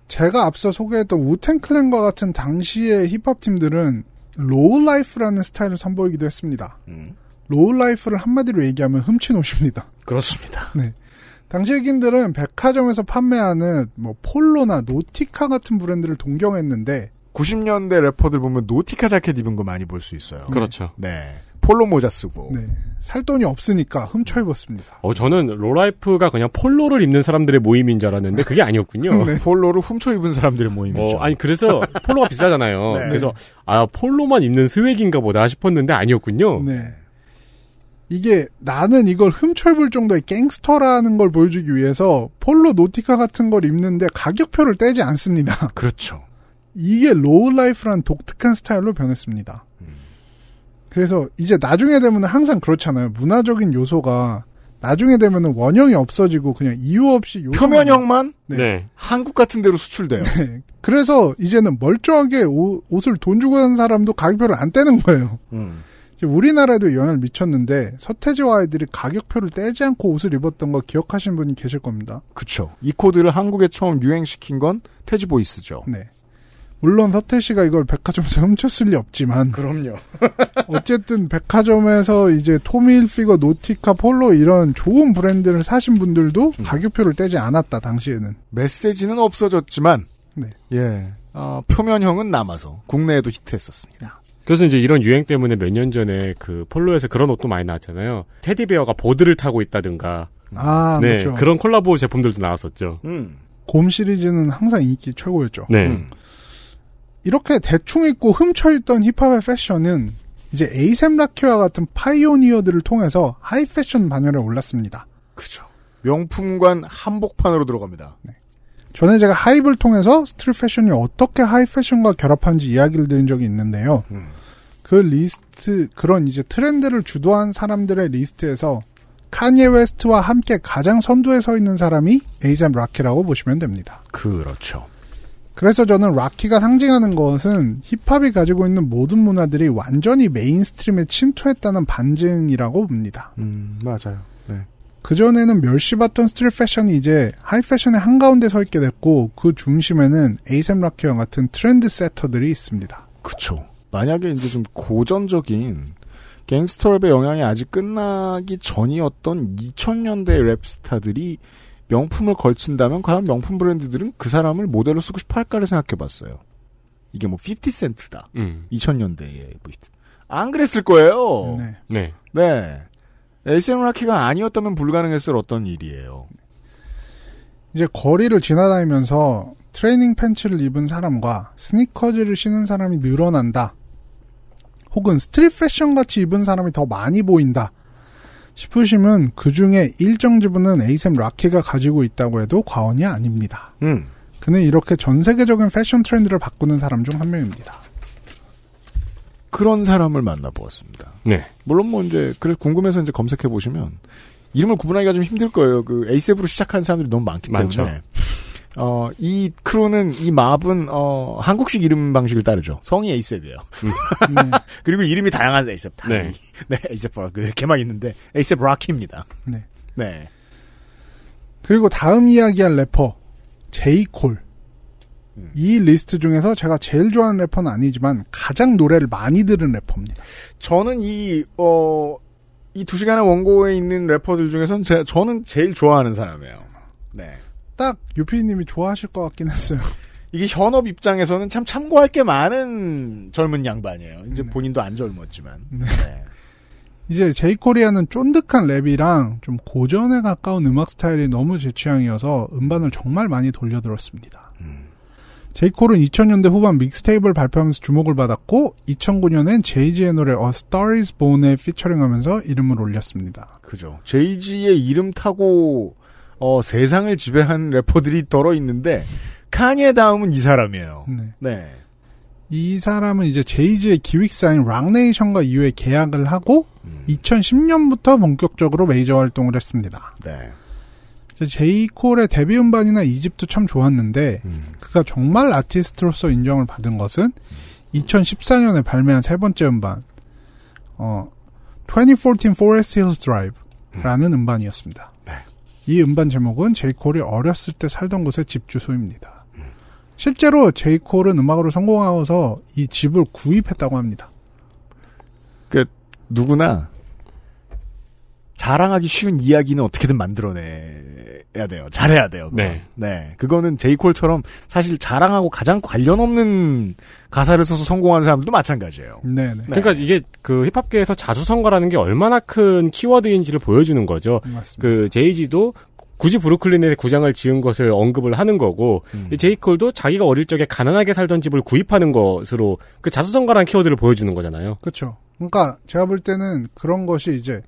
제가 앞서 소개했던 우텐클랜과 같은 당시의 힙합 팀들은 로우라이프라는 스타일을 선보이기도 했습니다.
음.
로우라이프를 한마디로 얘기하면 훔친 옷입니다.
그렇습니다.
당시 흑인들은 백화점에서 판매하는 뭐 폴로나 노티카 같은 브랜드를 동경했는데
90년대 래퍼들 보면 노티카 자켓 입은 거 많이 볼 수 있어요.
그렇죠.
네. 폴로 모자 쓰고.
네. 살 돈이 없으니까 훔쳐 입었습니다.
어, 저는 로라이프가 그냥 폴로를 입는 사람들의 모임인 줄 알았는데 그게 아니었군요.
네.
폴로를 훔쳐 입은 사람들의 모임이죠.
어, 아니, 그래서 폴로가 비싸잖아요.
네.
그래서, 아, 폴로만 입는 스웩인가 보다 싶었는데
어.
아니었군요.
네. 이게 나는 이걸 훔쳐 입을 정도의 갱스터라는 걸 보여주기 위해서 폴로 노티카 같은 걸 입는데 가격표를 떼지 않습니다.
그렇죠.
이게 로우라이프란 독특한 스타일로 변했습니다.
음.
그래서 이제 나중에 되면 항상 그렇잖아요. 문화적인 요소가 나중에 되면 원형이 없어지고 그냥 이유 없이 요소만-
표면형만
네.
네.
한국 같은 데로 수출돼요.
네. 그래서 이제는 멀쩡하게 옷- 옷을 돈 주고 산 사람도 가격표를 안 떼는 거예요.
음.
이제 지금 우리나라에도 영향을 미쳤는데 서태지와 아이들이 가격표를 떼지 않고 옷을 입었던 거 기억하시는 분이 계실 겁니다.
그쵸. 이 코드를 한국에 처음 유행시킨 건 태지보이스죠.
네. 물론 서태 씨가 이걸 백화점에서 훔쳤을 리 없지만
그럼요.
어쨌든 백화점에서 이제 토미힐피거, 노티카, 폴로 이런 좋은 브랜드를 사신 분들도
음.
가격표를 떼지 않았다 당시에는.
메시지는 없어졌지만,
네.
예. 아, 표면형은 남아서 국내에도 히트했었습니다.
그래서 이제 이런 유행 때문에 몇 년 전에 그 폴로에서 그런 옷도 많이 나왔잖아요. 테디베어가 보드를 타고 있다든가.
아
네.
그렇죠.
그런 콜라보 제품들도 나왔었죠.
음.
곰 시리즈는 항상 인기 최고였죠.
네.
음.
이렇게 대충 입고 훔쳐입던 힙합의 패션은 이제 에이셈 라키와 같은 파이오니어들을 통해서 하이 패션 반열에 올랐습니다.
그죠. 명품관 한복판으로 들어갑니다.
전에 제가 하이브를 통해서 스트릿 패션이 어떻게 하이 패션과 결합하는지 이야기를 드린 적이 있는데요.
음.
그 리스트 그런 이제 트렌드를 주도한 사람들의 리스트에서 카니에 웨스트와 함께 가장 선두에 서 있는 사람이 에이셈 라키라고 보시면 됩니다.
그렇죠.
그래서 저는 락키가 상징하는 것은 힙합이 가지고 있는 모든 문화들이 완전히 메인스트림에 침투했다는 반증이라고 봅니다.
음, 맞아요. 네.
그전에는 멸시받던 스트릿 패션이 이제 하이 패션의 한가운데 서 있게 됐고 그 중심에는 에이셈 락키와 같은 트렌드 세터들이 있습니다.
그쵸. 만약에 이제 좀 고전적인 갱스터랩의 영향이 아직 끝나기 전이었던 2000년대 랩스타들이 명품을 걸친다면 과연 명품 브랜드들은 그 사람을 모델로 쓰고 싶어 할까를 생각해 봤어요. 이게 뭐 50센트다.
음.
2000년대에 안 그랬을 거예요.
네.
네.
네. 에이스 라키가 아니었다면 불가능했을 어떤 일이에요.
이제 거리를 지나다니면서 트레이닝 팬츠를 입은 사람과 스니커즈를 신은 사람이 늘어난다. 혹은 스트릿 패션 같이 입은 사람이 더 많이 보인다. 싶으시면 그 중에 일정 지분은 에이셈 라키가 가지고 있다고 해도 과언이 아닙니다.
음.
그는 이렇게 전 세계적인 패션 트렌드를 바꾸는 사람 중 한 명입니다.
그런 사람을 만나보았습니다.
네.
물론 뭐 이제 그래서 궁금해서 이제 검색해 보시면 이름을 구분하기가 좀 힘들 거예요. 그 에이셉으로 시작하는 사람들이 너무 많기 때문에.
많죠.
어, 이 크루는 이 맙은 어, 한국식 이름 방식을 따르죠. 성이 에이셉이에요. 음.
네.
그리고 이름이 다양한 에이셉. 다.
음. 네.
네, 에이셉 락 이렇게 막 있는데 에이셉 락입니다.
네.
네.
그리고 다음 이야기할 래퍼 제이콜 이 리스트 중에서 제가 제일 좋아하는 래퍼는 아니지만 가장 노래를 많이 들은 래퍼입니다.
저는 이 어, 이 두 시간의 원고에 있는 래퍼들 중에선 제, 저는 제일 좋아하는 사람이에요. 네.
딱 유피님이 좋아하실 것 같긴 했어요.
이게 현업 입장에서는 참 참고할 게 많은 젊은 양반이에요. 이제 본인도 안 젊었지만. 네.
이제 제이코리아는 쫀득한 랩이랑 좀 고전에 가까운 음악 스타일이 너무 제 취향이어서 음반을 정말 많이 돌려들었습니다. 제이콜은 2000년대 후반 믹스테이프를 발표하면서 주목을 받았고 2009년엔 제이지의 노래 A Star Is Born에 피처링하면서 이름을 올렸습니다.
그죠. 제이지의 이름 타고 어, 세상을 지배한 래퍼들이 덜어 있는데 카니에 다음은 이 사람이에요.
네.
네.
이 사람은 이제 제이지의 기획사인 락네이션과 이후에 계약을 하고 2010년부터 본격적으로 메이저 활동을 했습니다.
네.
이제 제이콜의 데뷔 음반이나 이집도 참 좋았는데 그가 정말 아티스트로서 인정을 받은 것은 2014년에 발매한 세 번째 음반 어, 2014 Forest Hills Drive라는 음. 반이었습니다이 음반 제목은 제이콜이 어렸을 때 살던 곳의 집 주소입니다. 실제로 제이콜은 음악으로 성공하고서 이 집을 구입했다고 합니다.
누구나 자랑하기 쉬운 이야기는 어떻게든 만들어내야 돼요. 잘해야 돼요. 그건.
네.
네. 그거는 제이콜처럼 사실 자랑하고 가장 관련 없는 가사를 써서 성공하는 사람도 마찬가지예요.
네네.
그러니까 이게 그 힙합계에서 자수성가라는 게 얼마나 큰 키워드인지를 보여주는 거죠.
맞습니다.
그 제이지도 굳이 브루클린에 구장을 지은 것을 언급을 하는 거고 이 제이콜도 자기가 어릴 적에 가난하게 살던 집을 구입하는 것으로 그 자수성가라는 키워드를 보여주는 거잖아요.
그렇죠. 그러니까 제가 볼 때는 그런 것이 이제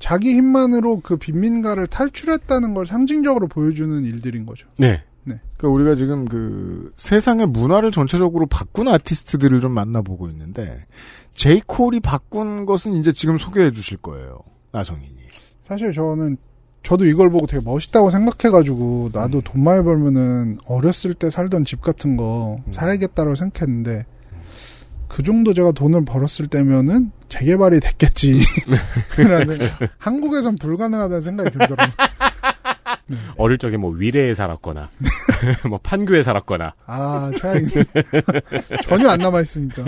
자기 힘만으로 그 빈민가를 탈출했다는 걸 상징적으로 보여주는 일들인 거죠.
네.
그러니까 우리가 지금 그 세상의 문화를 전체적으로 바꾼 아티스트들을 좀 만나보고 있는데 제이콜이 바꾼 것은 이제 지금 소개해 주실 거예요. 나성인이.
사실 저는 저도 이걸 보고 되게 멋있다고 생각해가지고 나도 돈 많이 벌면은 어렸을 때 살던 집 같은 거 사야겠다고 생각했는데 그 정도 제가 돈을 벌었을 때면은 재개발이 됐겠지. 라는 한국에선 불가능하다는 생각이 들더라고요.
어릴 적에 뭐 위례에 살았거나 뭐 판교에 살았거나
아, 최악이네. 전혀 안 남아있으니까.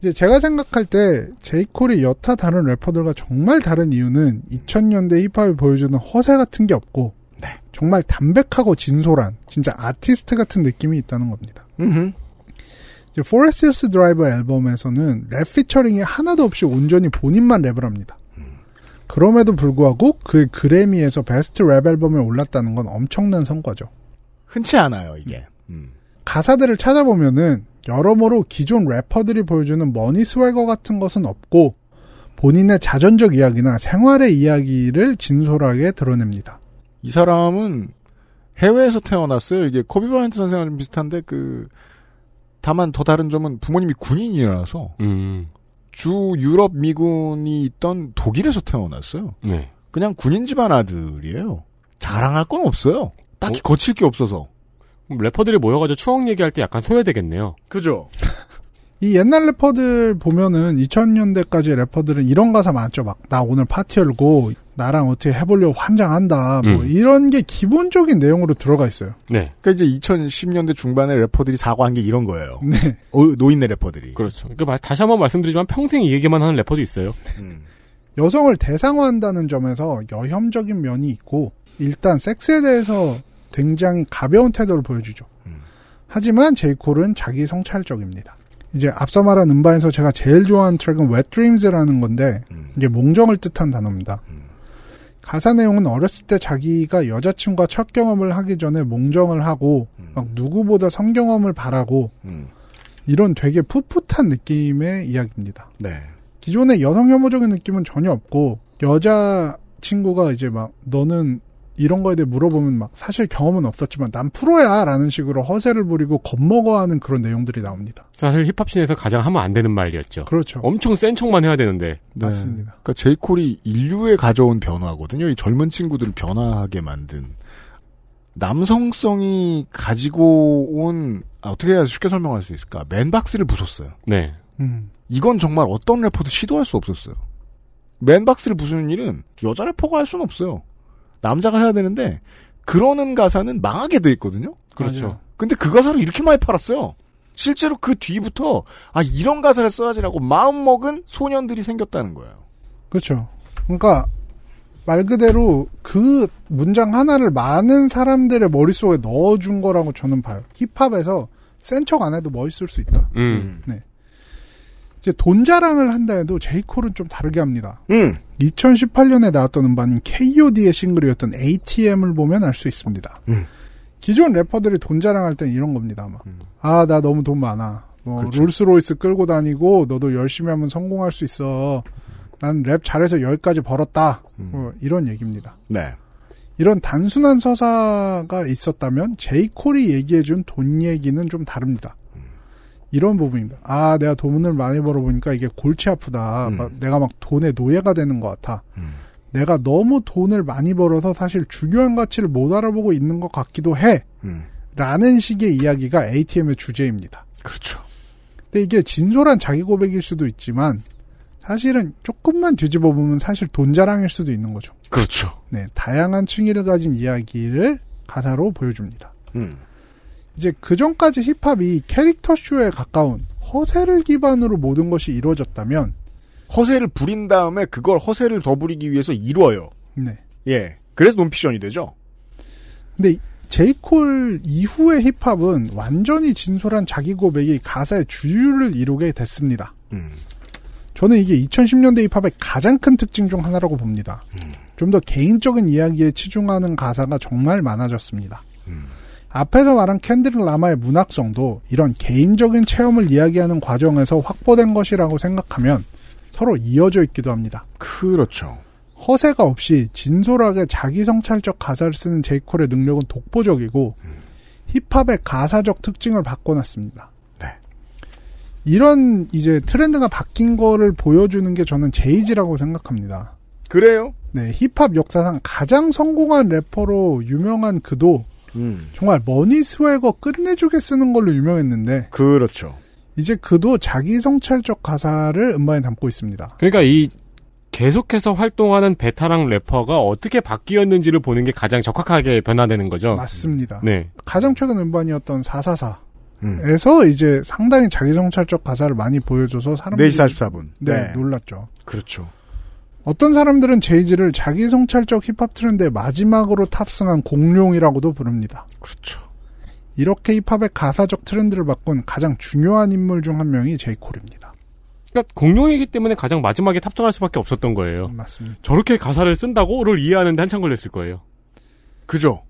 이제 제가 생각할 때 제이콜이 여타 다른 래퍼들과 정말 다른 이유는 2000년대 힙합이 보여주는 허세 같은 게 없고 정말 담백하고 진솔한 진짜 아티스트 같은 느낌이 있다는 겁니다. 이제 포레스트 드라이버 앨범에서는 랩 피처링이 하나도 없이 온전히 본인만 랩을 합니다. 그럼에도 불구하고 그의 그래미에서 베스트 랩 앨범에 올랐다는 건 엄청난 성과죠.
흔치 않아요 이게. 음.
가사들을 찾아보면은 여러모로 기존 래퍼들이 보여주는 머니 스웨거 같은 것은 없고 본인의 자전적 이야기나 생활의 이야기를 진솔하게 드러냅니다.
이 사람은 해외에서 태어났어요. 이게 코비 브라이언트 선생과 좀 비슷한데 그 다만 더 다른 점은 부모님이 군인이라서
음.
주 유럽 미군이 있던 독일에서 태어났어요.
네.
그냥 군인 집안 아들이에요. 자랑할 건 없어요. 딱히 거칠 게 없어서.
그럼 래퍼들이 모여가지고 추억 얘기할 때 약간 소외되겠네요.
그죠?
이 옛날 래퍼들 보면은 2000년대까지 래퍼들은 이런 가사 많죠. 막 나 오늘 파티 열고 나랑 어떻게 해보려고 환장한다. 뭐
음.
이런 게 기본적인 내용으로 들어가 있어요.
네.
그러니까 이제 2010년대 중반에 래퍼들이 사과한 게 이런 거예요.
네.
어, 노인네 래퍼들이.
그렇죠. 그러니까 마- 다시 한번 말씀드리지만 평생 이 얘기만 하는 래퍼도 있어요.
음.
여성을 대상화한다는 점에서 여혐적인 면이 있고 일단 섹스에 대해서 굉장히 가벼운 태도를 보여주죠. 하지만 제이콜은 자기 성찰적입니다. 이제 앞서 말한 음반에서 제가 제일 좋아하는 트랙은 Wet Dreams라는 건데
음,
이게 몽정을 뜻한 단어입니다. 가사 내용은 어렸을 때 자기가 여자친구와 첫 경험을 하기 전에 몽정을 하고 막 누구보다 성경험을 바라고
음.
이런 되게 풋풋한 느낌의 이야기입니다.
네.
기존의 여성 혐오적인 느낌은 전혀 없고 여자 친구가 이제 막 너는 이런 거에 대해 물어보면 막 사실 경험은 없었지만 난 프로야라는 식으로 허세를 부리고 겁먹어하는 그런 내용들이 나옵니다.
사실 힙합씬에서 가장 하면 안 되는 말이었죠.
그렇죠.
엄청 센 척만 해야 되는데.
네.
맞습니다.
그러니까 제이콜이 인류에 가져온 변화거든요. 이 젊은 친구들을 변화하게 만든 남성성이 가지고 온 아, 어떻게 해야 쉽게 설명할 수 있을까? 맨박스를 부쉈어요.
네.
음.
이건 정말 어떤 래퍼도 시도할 수 없었어요. 맨박스를 부수는 일은 여자 래퍼가 할 수는 없어요. 남자가 해야 되는데 그러는 가사는 망하게 돼 있거든요.
그렇죠. 맞아요.
근데 그 가사를 이렇게 많이 팔았어요. 실제로 그 뒤부터 아 이런 가사를 써야지라고 마음 먹은 소년들이 생겼다는 거예요.
그렇죠. 그러니까 말 그대로 그 문장 하나를 많은 사람들의 머릿속에 넣어준 거라고 저는 봐요. 힙합에서 센 척 안 해도 멋있을 수 있다.
음.
이제 돈 자랑을 한다 해도 제이콜은 좀 다르게 합니다.
음.
2018년에 나왔던 음반인 KOD의 싱글이었던 ATM을 보면 알 수 있습니다.
음.
기존 래퍼들이 돈 자랑할 땐 이런 겁니다. 막. 아, 나 너무 돈 많아. 너
그렇죠.
롤스로이스 끌고 다니고 너도 열심히 하면 성공할 수 있어. 난 랩 잘해서 여기까지 벌었다.
음.
음.
뭐 이런 얘기입니다.
네.
이런 단순한 서사가 있었다면 제이콜이 얘기해준 돈 얘기는 좀 다릅니다. 이런 부분입니다. 아, 내가 돈을 많이 벌어보니까 이게 골치 아프다.
음.
막 내가 막 돈의 노예가 되는 것 같아. 내가 너무 돈을 많이 벌어서 사실 중요한 가치를 못 알아보고 있는 것 같기도 해.
음.
라는 식의 이야기가 ATM의 주제입니다.
그렇죠.
근데 이게 진솔한 자기 고백일 수도 있지만 사실은 조금만 뒤집어 보면 사실 돈 자랑일 수도 있는 거죠.
그렇죠.
네, 다양한 층위를 가진 이야기를 가사로 보여줍니다.
음.
이제 그 전까지 힙합이 캐릭터 쇼에 가까운 허세를 기반으로 모든 것이 이루어졌다면,
허세를 부린 다음에 그걸 허세를 더 부리기 위해서 이뤄요.
네.
예. 그래서 논피션이 되죠.
근데 제이콜 이후의 힙합은 완전히 진솔한 자기 고백이 가사의 주류를 이루게 됐습니다.
음.
저는 이게 2010년대 힙합의 가장 큰 특징 중 하나라고 봅니다. 좀 더 개인적인 이야기에 치중하는 가사가 정말 많아졌습니다. 앞에서 말한 캔드릭 라마의 문학성도 이런 개인적인 체험을 이야기하는 과정에서 확보된 것이라고 생각하면 서로 이어져 있기도 합니다.
그렇죠.
허세가 없이 진솔하게 자기 성찰적 가사를 쓰는 제이콜의 능력은 독보적이고 힙합의 가사적 특징을 바꿔놨습니다.
네.
이런 이제 트렌드가 바뀐 거를 보여주는 게 저는 제이지라고 생각합니다.
그래요?
네, 힙합 역사상 가장 성공한 래퍼로 유명한 그도
음.
정말 머니 스웨거 끝내주게 쓰는 걸로 유명했는데
그렇죠.
이제 그도 자기 성찰적 가사를 음반에 담고 있습니다.
그러니까 이 계속해서 활동하는 베테랑 래퍼가 어떻게 바뀌었는지를 보는 게 가장 적확하게 변화되는 거죠.
맞습니다.
네.
가장 최근 음반이었던 444에서
음.
이제 상당히 자기 성찰적 가사를 많이 보여줘서 사람들이
4시 44분.
네, 놀랐죠.
그렇죠.
어떤 사람들은 제이지를 자기 성찰적 힙합 트렌드의 마지막으로 탑승한 공룡이라고도 부릅니다.
그렇죠.
이렇게 힙합의 가사적 트렌드를 바꾼 가장 중요한 인물 중 한 명이 제이콜입니다.
그러니까 공룡이기 때문에 가장 마지막에 탑승할 수밖에 없었던
어.
거예요.
맞습니다.
저렇게 가사를 쓴다고를 이해하는데 한참 걸렸을 거예요.
그죠.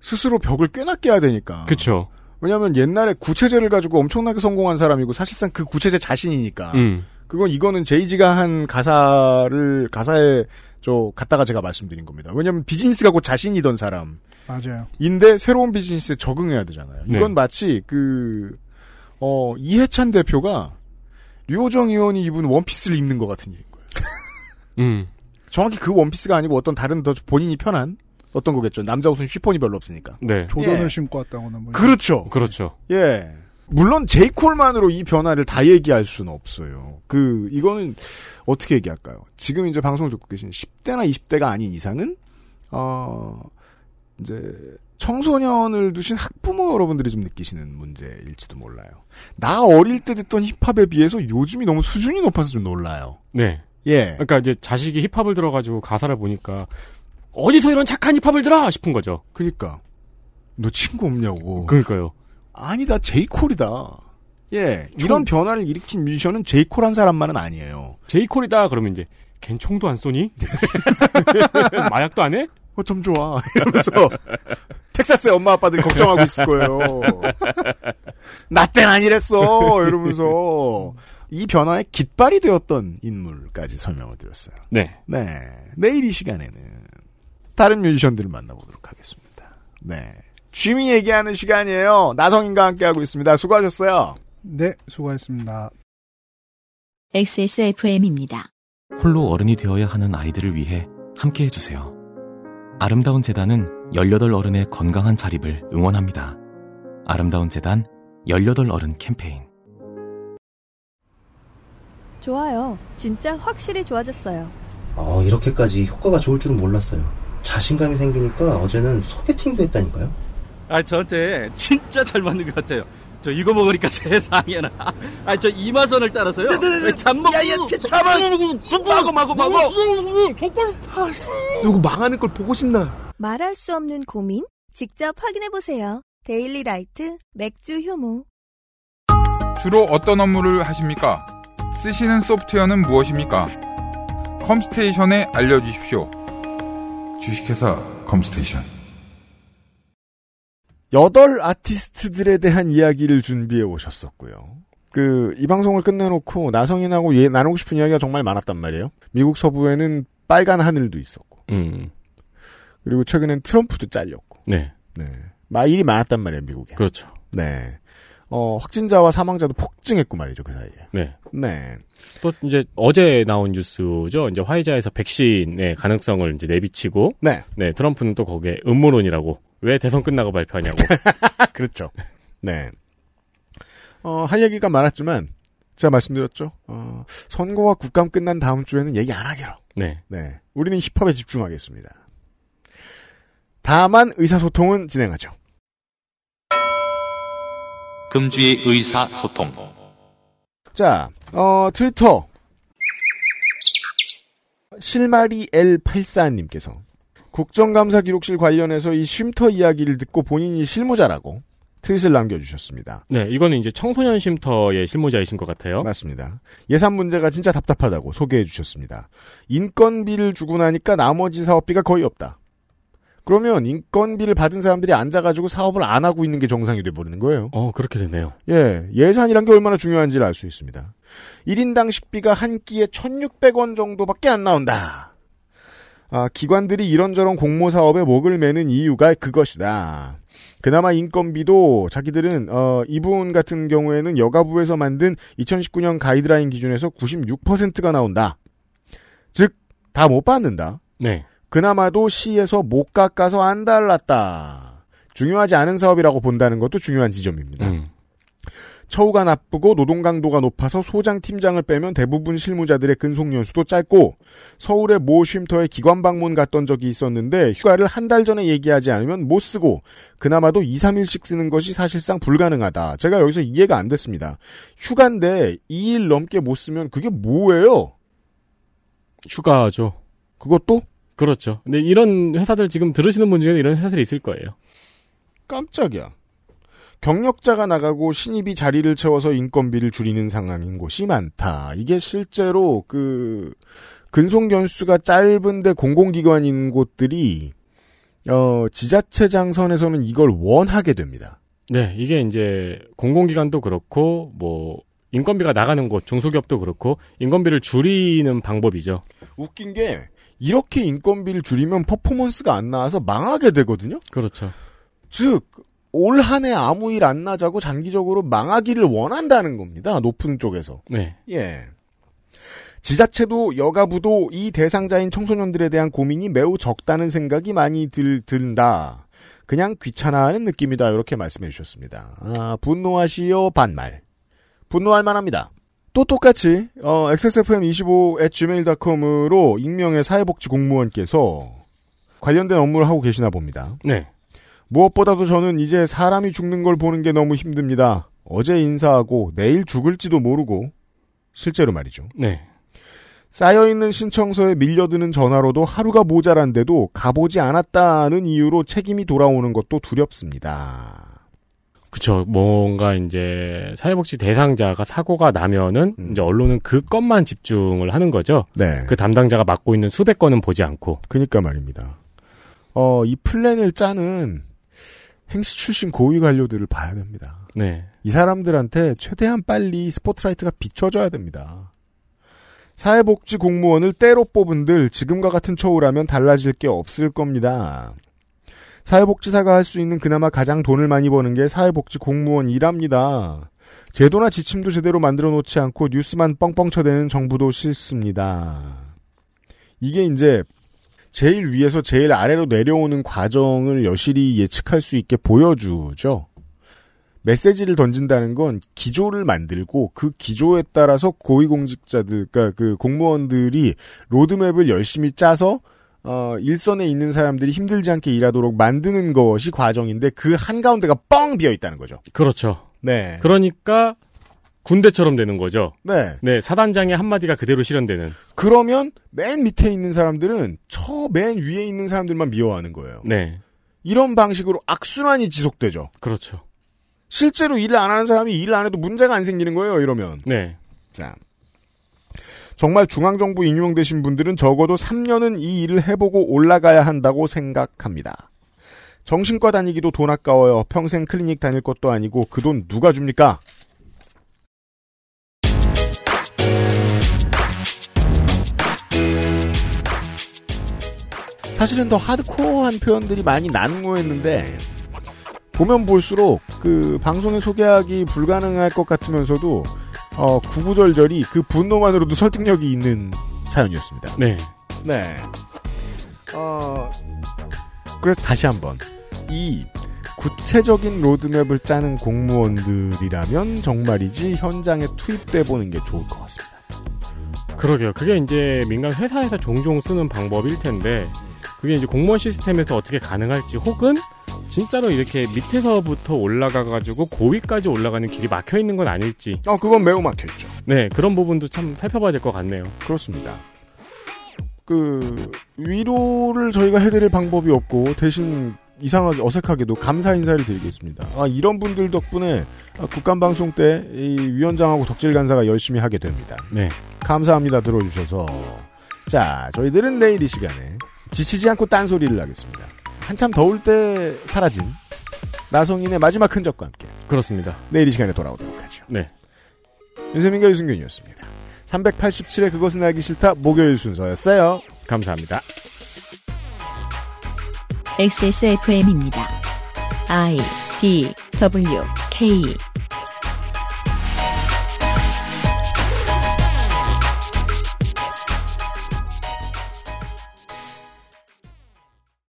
스스로 벽을 꽤나 깨야
아,
되니까.
그쵸.
왜냐하면 옛날에 구체제를 가지고 엄청나게 성공한 사람이고 사실상 그 구체제
아.
자신이니까.
음.
그건 이거는 제이지가 한 가사를 가사에 저 갔다가 제가 말씀드린 겁니다. 왜냐하면 비즈니스가 곧 자신이던 사람.
맞아요.
인데 새로운 비즈니스에 적응해야 되잖아요. 이건
네.
마치 그, 어, 이해찬 대표가 류호정 의원이 입은 원피스를 입는 것 같은 일인 거예요.
음.
정확히 그 원피스가 아니고 어떤 다른 더 본인이 편한 어떤 거겠죠. 남자 옷은 쉬폰이 별로 없으니까.
네.
조던을
예.
신고 왔다거나 뭐.
그렇죠.
그렇죠.
예. 물론 제이콜만으로 이 변화를 다 얘기할 수는 없어요. 그 이거는 어떻게 얘기할까요? 지금 이제 방송을 듣고 계신 10대나 20대가 아닌 이상은 어 이제 청소년을 두신 학부모 여러분들이 좀 느끼시는 문제일지도 몰라요. 나 어릴 때 듣던 힙합에 비해서 요즘이 너무 수준이 높아서 좀 놀라요.
네.
예.
그러니까 이제 자식이 힙합을 들어가지고 가사를 보니까 어디서 이런 착한 힙합을 들어 싶은 거죠.
그니까 그러니까. 너 친구 없냐고.
그러니까요.
아니다 제이콜이다. 예. 이런 변화를 일으킨 뮤지션은 제이콜 한 사람만은 아니에요.
제이콜이다 그러면 이제 걘 총도 안 쏘니? 마약도 안 해?
어 좀 좋아 이러면서 텍사스의 엄마 아빠들이 걱정하고 있을 거예요. 나 땐 아니랬어 이러면서 이 변화의 깃발이 되었던 인물까지 설명을 드렸어요.
네.
네 내일 이 시간에는 다른 뮤지션들을 만나보도록 하겠습니다. 네 취미 얘기하는 시간이에요. 나성인과 함께 하고 있습니다. 수고하셨어요.
네, 수고했습니다.
XSFM입니다.
홀로 어른이 되어야 하는 아이들을 위해 함께 해주세요. 아름다운 재단은 18 어른의 건강한 자립을 응원합니다. 아름다운 재단 18 어른 캠페인.
좋아요. 진짜 확실히 좋아졌어요.
어, 이렇게까지 효과가 좋을 줄은 몰랐어요. 자신감이 생기니까 어제는 소개팅도 했다니까요.
아 저한테 진짜 잘 맞는 것 같아요. 저 이거 먹으니까 세상에나. 아 저 이마선을 따라서요.
네,
음, 잠먹. 야야 잠만. 마고 마고 마고. 음, 아,
누구 망하는 걸 보고 싶나?
말할 수 없는 고민? 직접 확인해보세요. 데일리 라이트 맥주 효모.
주로 어떤 업무를 하십니까? 쓰시는 소프트웨어는 무엇입니까? 컴스테이션에 알려주십시오.
주식회사 컴스테이션.
여덟 아티스트들에 대한 이야기를 준비해 오셨었고요.
그, 이 방송을 끝내놓고 나성인하고 얘 나누고 싶은 이야기가 정말 많았단 말이에요. 미국 서부에는 빨간 하늘도 있었고,
음.
그리고 최근엔 트럼프도 잘렸고,
네.
네. 마, 일이 많았단 말이에요, 미국에.
그렇죠.
네. 어, 확진자와 사망자도 폭증했고 말이죠, 그 사이에.
네.
네.
또 이제 어제 나온 뉴스죠. 이제 화이자에서 백신의 가능성을 이제 내비치고
네.
네, 트럼프는 또 거기에 음모론이라고 왜 대선 끝나고 발표하냐고.
아, 그렇죠. 네. 어, 할 얘기가 많았지만, 제가 말씀드렸죠. 어, 선거와 국감 끝난 다음 주에는 얘기 안 하기로.
네.
네. 우리는 힙합에 집중하겠습니다. 다만 의사소통은 진행하죠.
금주의 의사소통.
자, 어, 트위터. 실마리 L84님께서 국정감사 기록실 관련해서 이 쉼터 이야기를 듣고 본인이 실무자라고 트윗을 남겨주셨습니다.
네, 이거는 이제 청소년 쉼터의 실무자이신 것 같아요.
네. 맞습니다. 예산 문제가 진짜 답답하다고 소개해 주셨습니다. 인건비를 주고 나니까 나머지 사업비가 거의 없다. 그러면 인건비를 받은 사람들이 앉아가지고 사업을 안 하고 있는 게 정상이 돼버리는 거예요.
어, 그렇게 되네요.
예, 예산이란 게 얼마나 중요한지를 알 수 있습니다. 1인당 식비가 한 끼에 1,600원 정도밖에 안 나온다. 아, 기관들이 이런저런 공모 사업에 목을 매는 이유가 그것이다. 그나마 인건비도 자기들은 어, 이분 같은 경우에는 여가부에서 만든 2019년 가이드라인 기준에서 96%가 나온다. 즉, 다 못 받는다.
네.
그나마도 시에서 못 깎아서 안 네. 달랐다. 중요하지 않은 사업이라고 본다는 것도 중요한 지점입니다.
음.
처우가 나쁘고 노동 강도가 높아서 소장 팀장을 빼면 대부분 실무자들의 근속 연수도 짧고 서울의 모 쉼터에 기관 방문 갔던 적이 있었는데 휴가를 한 달 전에 얘기하지 않으면 못 쓰고 그나마도 2, 3일씩 쓰는 것이 사실상 불가능하다. 제가 여기서 이해가 안 됐습니다. 휴가인데 2일 넘게 못 쓰면 그게 뭐예요?
휴가죠.
그것도?
그렇죠. 근데 이런 회사들 지금 들으시는 분 중에 이런 회사들이 있을 거예요.
깜짝이야. 경력자가 나가고 신입이 자리를 채워서 인건비를 줄이는 상황인 곳이 많다. 이게 실제로 그 근속 연수가 짧은데 공공기관인 곳들이 어 지자체장 선에서는 이걸 원하게 됩니다.
네, 이게 이제 공공기관도 그렇고 뭐 인건비가 나가는 곳, 중소기업도 그렇고 인건비를 줄이는 방법이죠.
웃긴 게 이렇게 인건비를 줄이면 퍼포먼스가 안 나와서 망하게 되거든요.
그렇죠.
즉, 올 한 해 아무 일 안 나자고 장기적으로 망하기를 원한다는 겁니다. 높은 쪽에서.
네.
예. 지자체도 여가부도 이 대상자인 청소년들에 대한 고민이 매우 적다는 생각이 많이 들, 든다. 그냥 귀찮아하는 느낌이다. 이렇게 말씀해 주셨습니다. 아, 분노하시오 반말. 분노할 만합니다. 또 똑같이 어, xsfm25@gmail.com으로 익명의 사회복지 공무원께서 관련된 업무를 하고 계시나 봅니다.
네.
무엇보다도 저는 이제 사람이 죽는 걸 보는 게 너무 힘듭니다. 어제 인사하고 내일 죽을지도 모르고 실제로 말이죠.
네.
쌓여있는 신청서에 밀려드는 전화로도 하루가 모자란데도 가보지 않았다는 이유로 책임이 돌아오는 것도 두렵습니다.
그쵸. 뭔가 이제 사회복지 대상자가 사고가 나면은 이제 언론은 그 건만 집중을 하는 거죠.
네.
그 담당자가 맡고 있는 수백 건은 보지 않고.
그니까 말입니다. 어, 이 플랜을 짜는 행시 출신 고위 관료들을 봐야 됩니다.
네.
이 사람들한테 최대한 빨리 스포트라이트가 비춰져야 됩니다. 사회복지 공무원을 때로 뽑은들 지금과 같은 처우라면 달라질 게 없을 겁니다. 사회복지사가 할 수 있는 그나마 가장 돈을 많이 버는 게 사회복지 공무원이랍니다. 제도나 지침도 제대로 만들어 놓지 않고 뉴스만 뻥뻥 쳐대는 정부도 싫습니다. 이게 이제 제일 위에서 제일 아래로 내려오는 과정을 여실히 예측할 수 있게 보여주죠. 메시지를 던진다는 건 기조를 만들고 그 기조에 따라서 고위공직자들, 그러니까 그 공무원들이 로드맵을 열심히 짜서 어, 일선에 있는 사람들이 힘들지 않게 일하도록 만드는 것이 과정인데 그 한가운데가 뻥 비어 있다는 거죠.
그렇죠.
네.
그러니까 군대처럼 되는 거죠.
네.
네, 사단장의 한마디가 그대로 실현되는.
그러면 맨 밑에 있는 사람들은 저 맨 위에 있는 사람들만 미워하는 거예요.
네.
이런 방식으로 악순환이 지속되죠.
그렇죠.
실제로 일을 안 하는 사람이 일을 안 해도 문제가 안 생기는 거예요, 이러면.
네.
자. 정말 중앙정부 임용되신 분들은 적어도 3년은 이 일을 해보고 올라가야 한다고 생각합니다. 정신과 다니기도 돈 아까워요. 평생 클리닉 다닐 것도 아니고 그 돈 누가 줍니까? 사실은 더 하드코어한 표현들이 많이 난무했는데 보면 볼수록 그 방송에 소개하기 불가능할 것 같으면서도 어, 구구절절이 그 분노만으로도 설득력이 있는 사연이었습니다.
네.
네. 어, 그래서 다시 한번 이 구체적인 로드맵을 짜는 공무원들이라면 정말이지 현장에 투입돼 보는 게 좋을 것 같습니다.
그러게요. 그게 이제 민간 회사에서 종종 쓰는 방법일 텐데 그게 이제 공무원 시스템에서 어떻게 가능할지 혹은 진짜로 이렇게 밑에서부터 올라가 가지고 고위까지 올라가는 길이 막혀 있는 건 아닐지.
어, 그건 매우 막혀 있죠.
네, 그런 부분도 참 살펴봐야 될 것 같네요.
그렇습니다. 그 위로를 저희가 해드릴 방법이 없고 대신 이상하게 어색하게도 감사 인사를 드리겠습니다. 아, 이런 분들 덕분에 아, 국감 방송 때 이 위원장하고 덕질 간사가 열심히 하게 됩니다.
네.
감사합니다 들어주셔서 자 저희들은 내일 이 시간에 지치지 않고 딴 소리를 하겠습니다. 한참 더울 때 사라진 나성인의 마지막 흔적과 함께
그렇습니다.
내일 이 시간에 돌아오도록 하죠.
네.
윤세민과 유승균이었습니다. 387회 그것은 알기 싫다 목요일 순서였어요.
감사합니다.
XSFM입니다. I D W K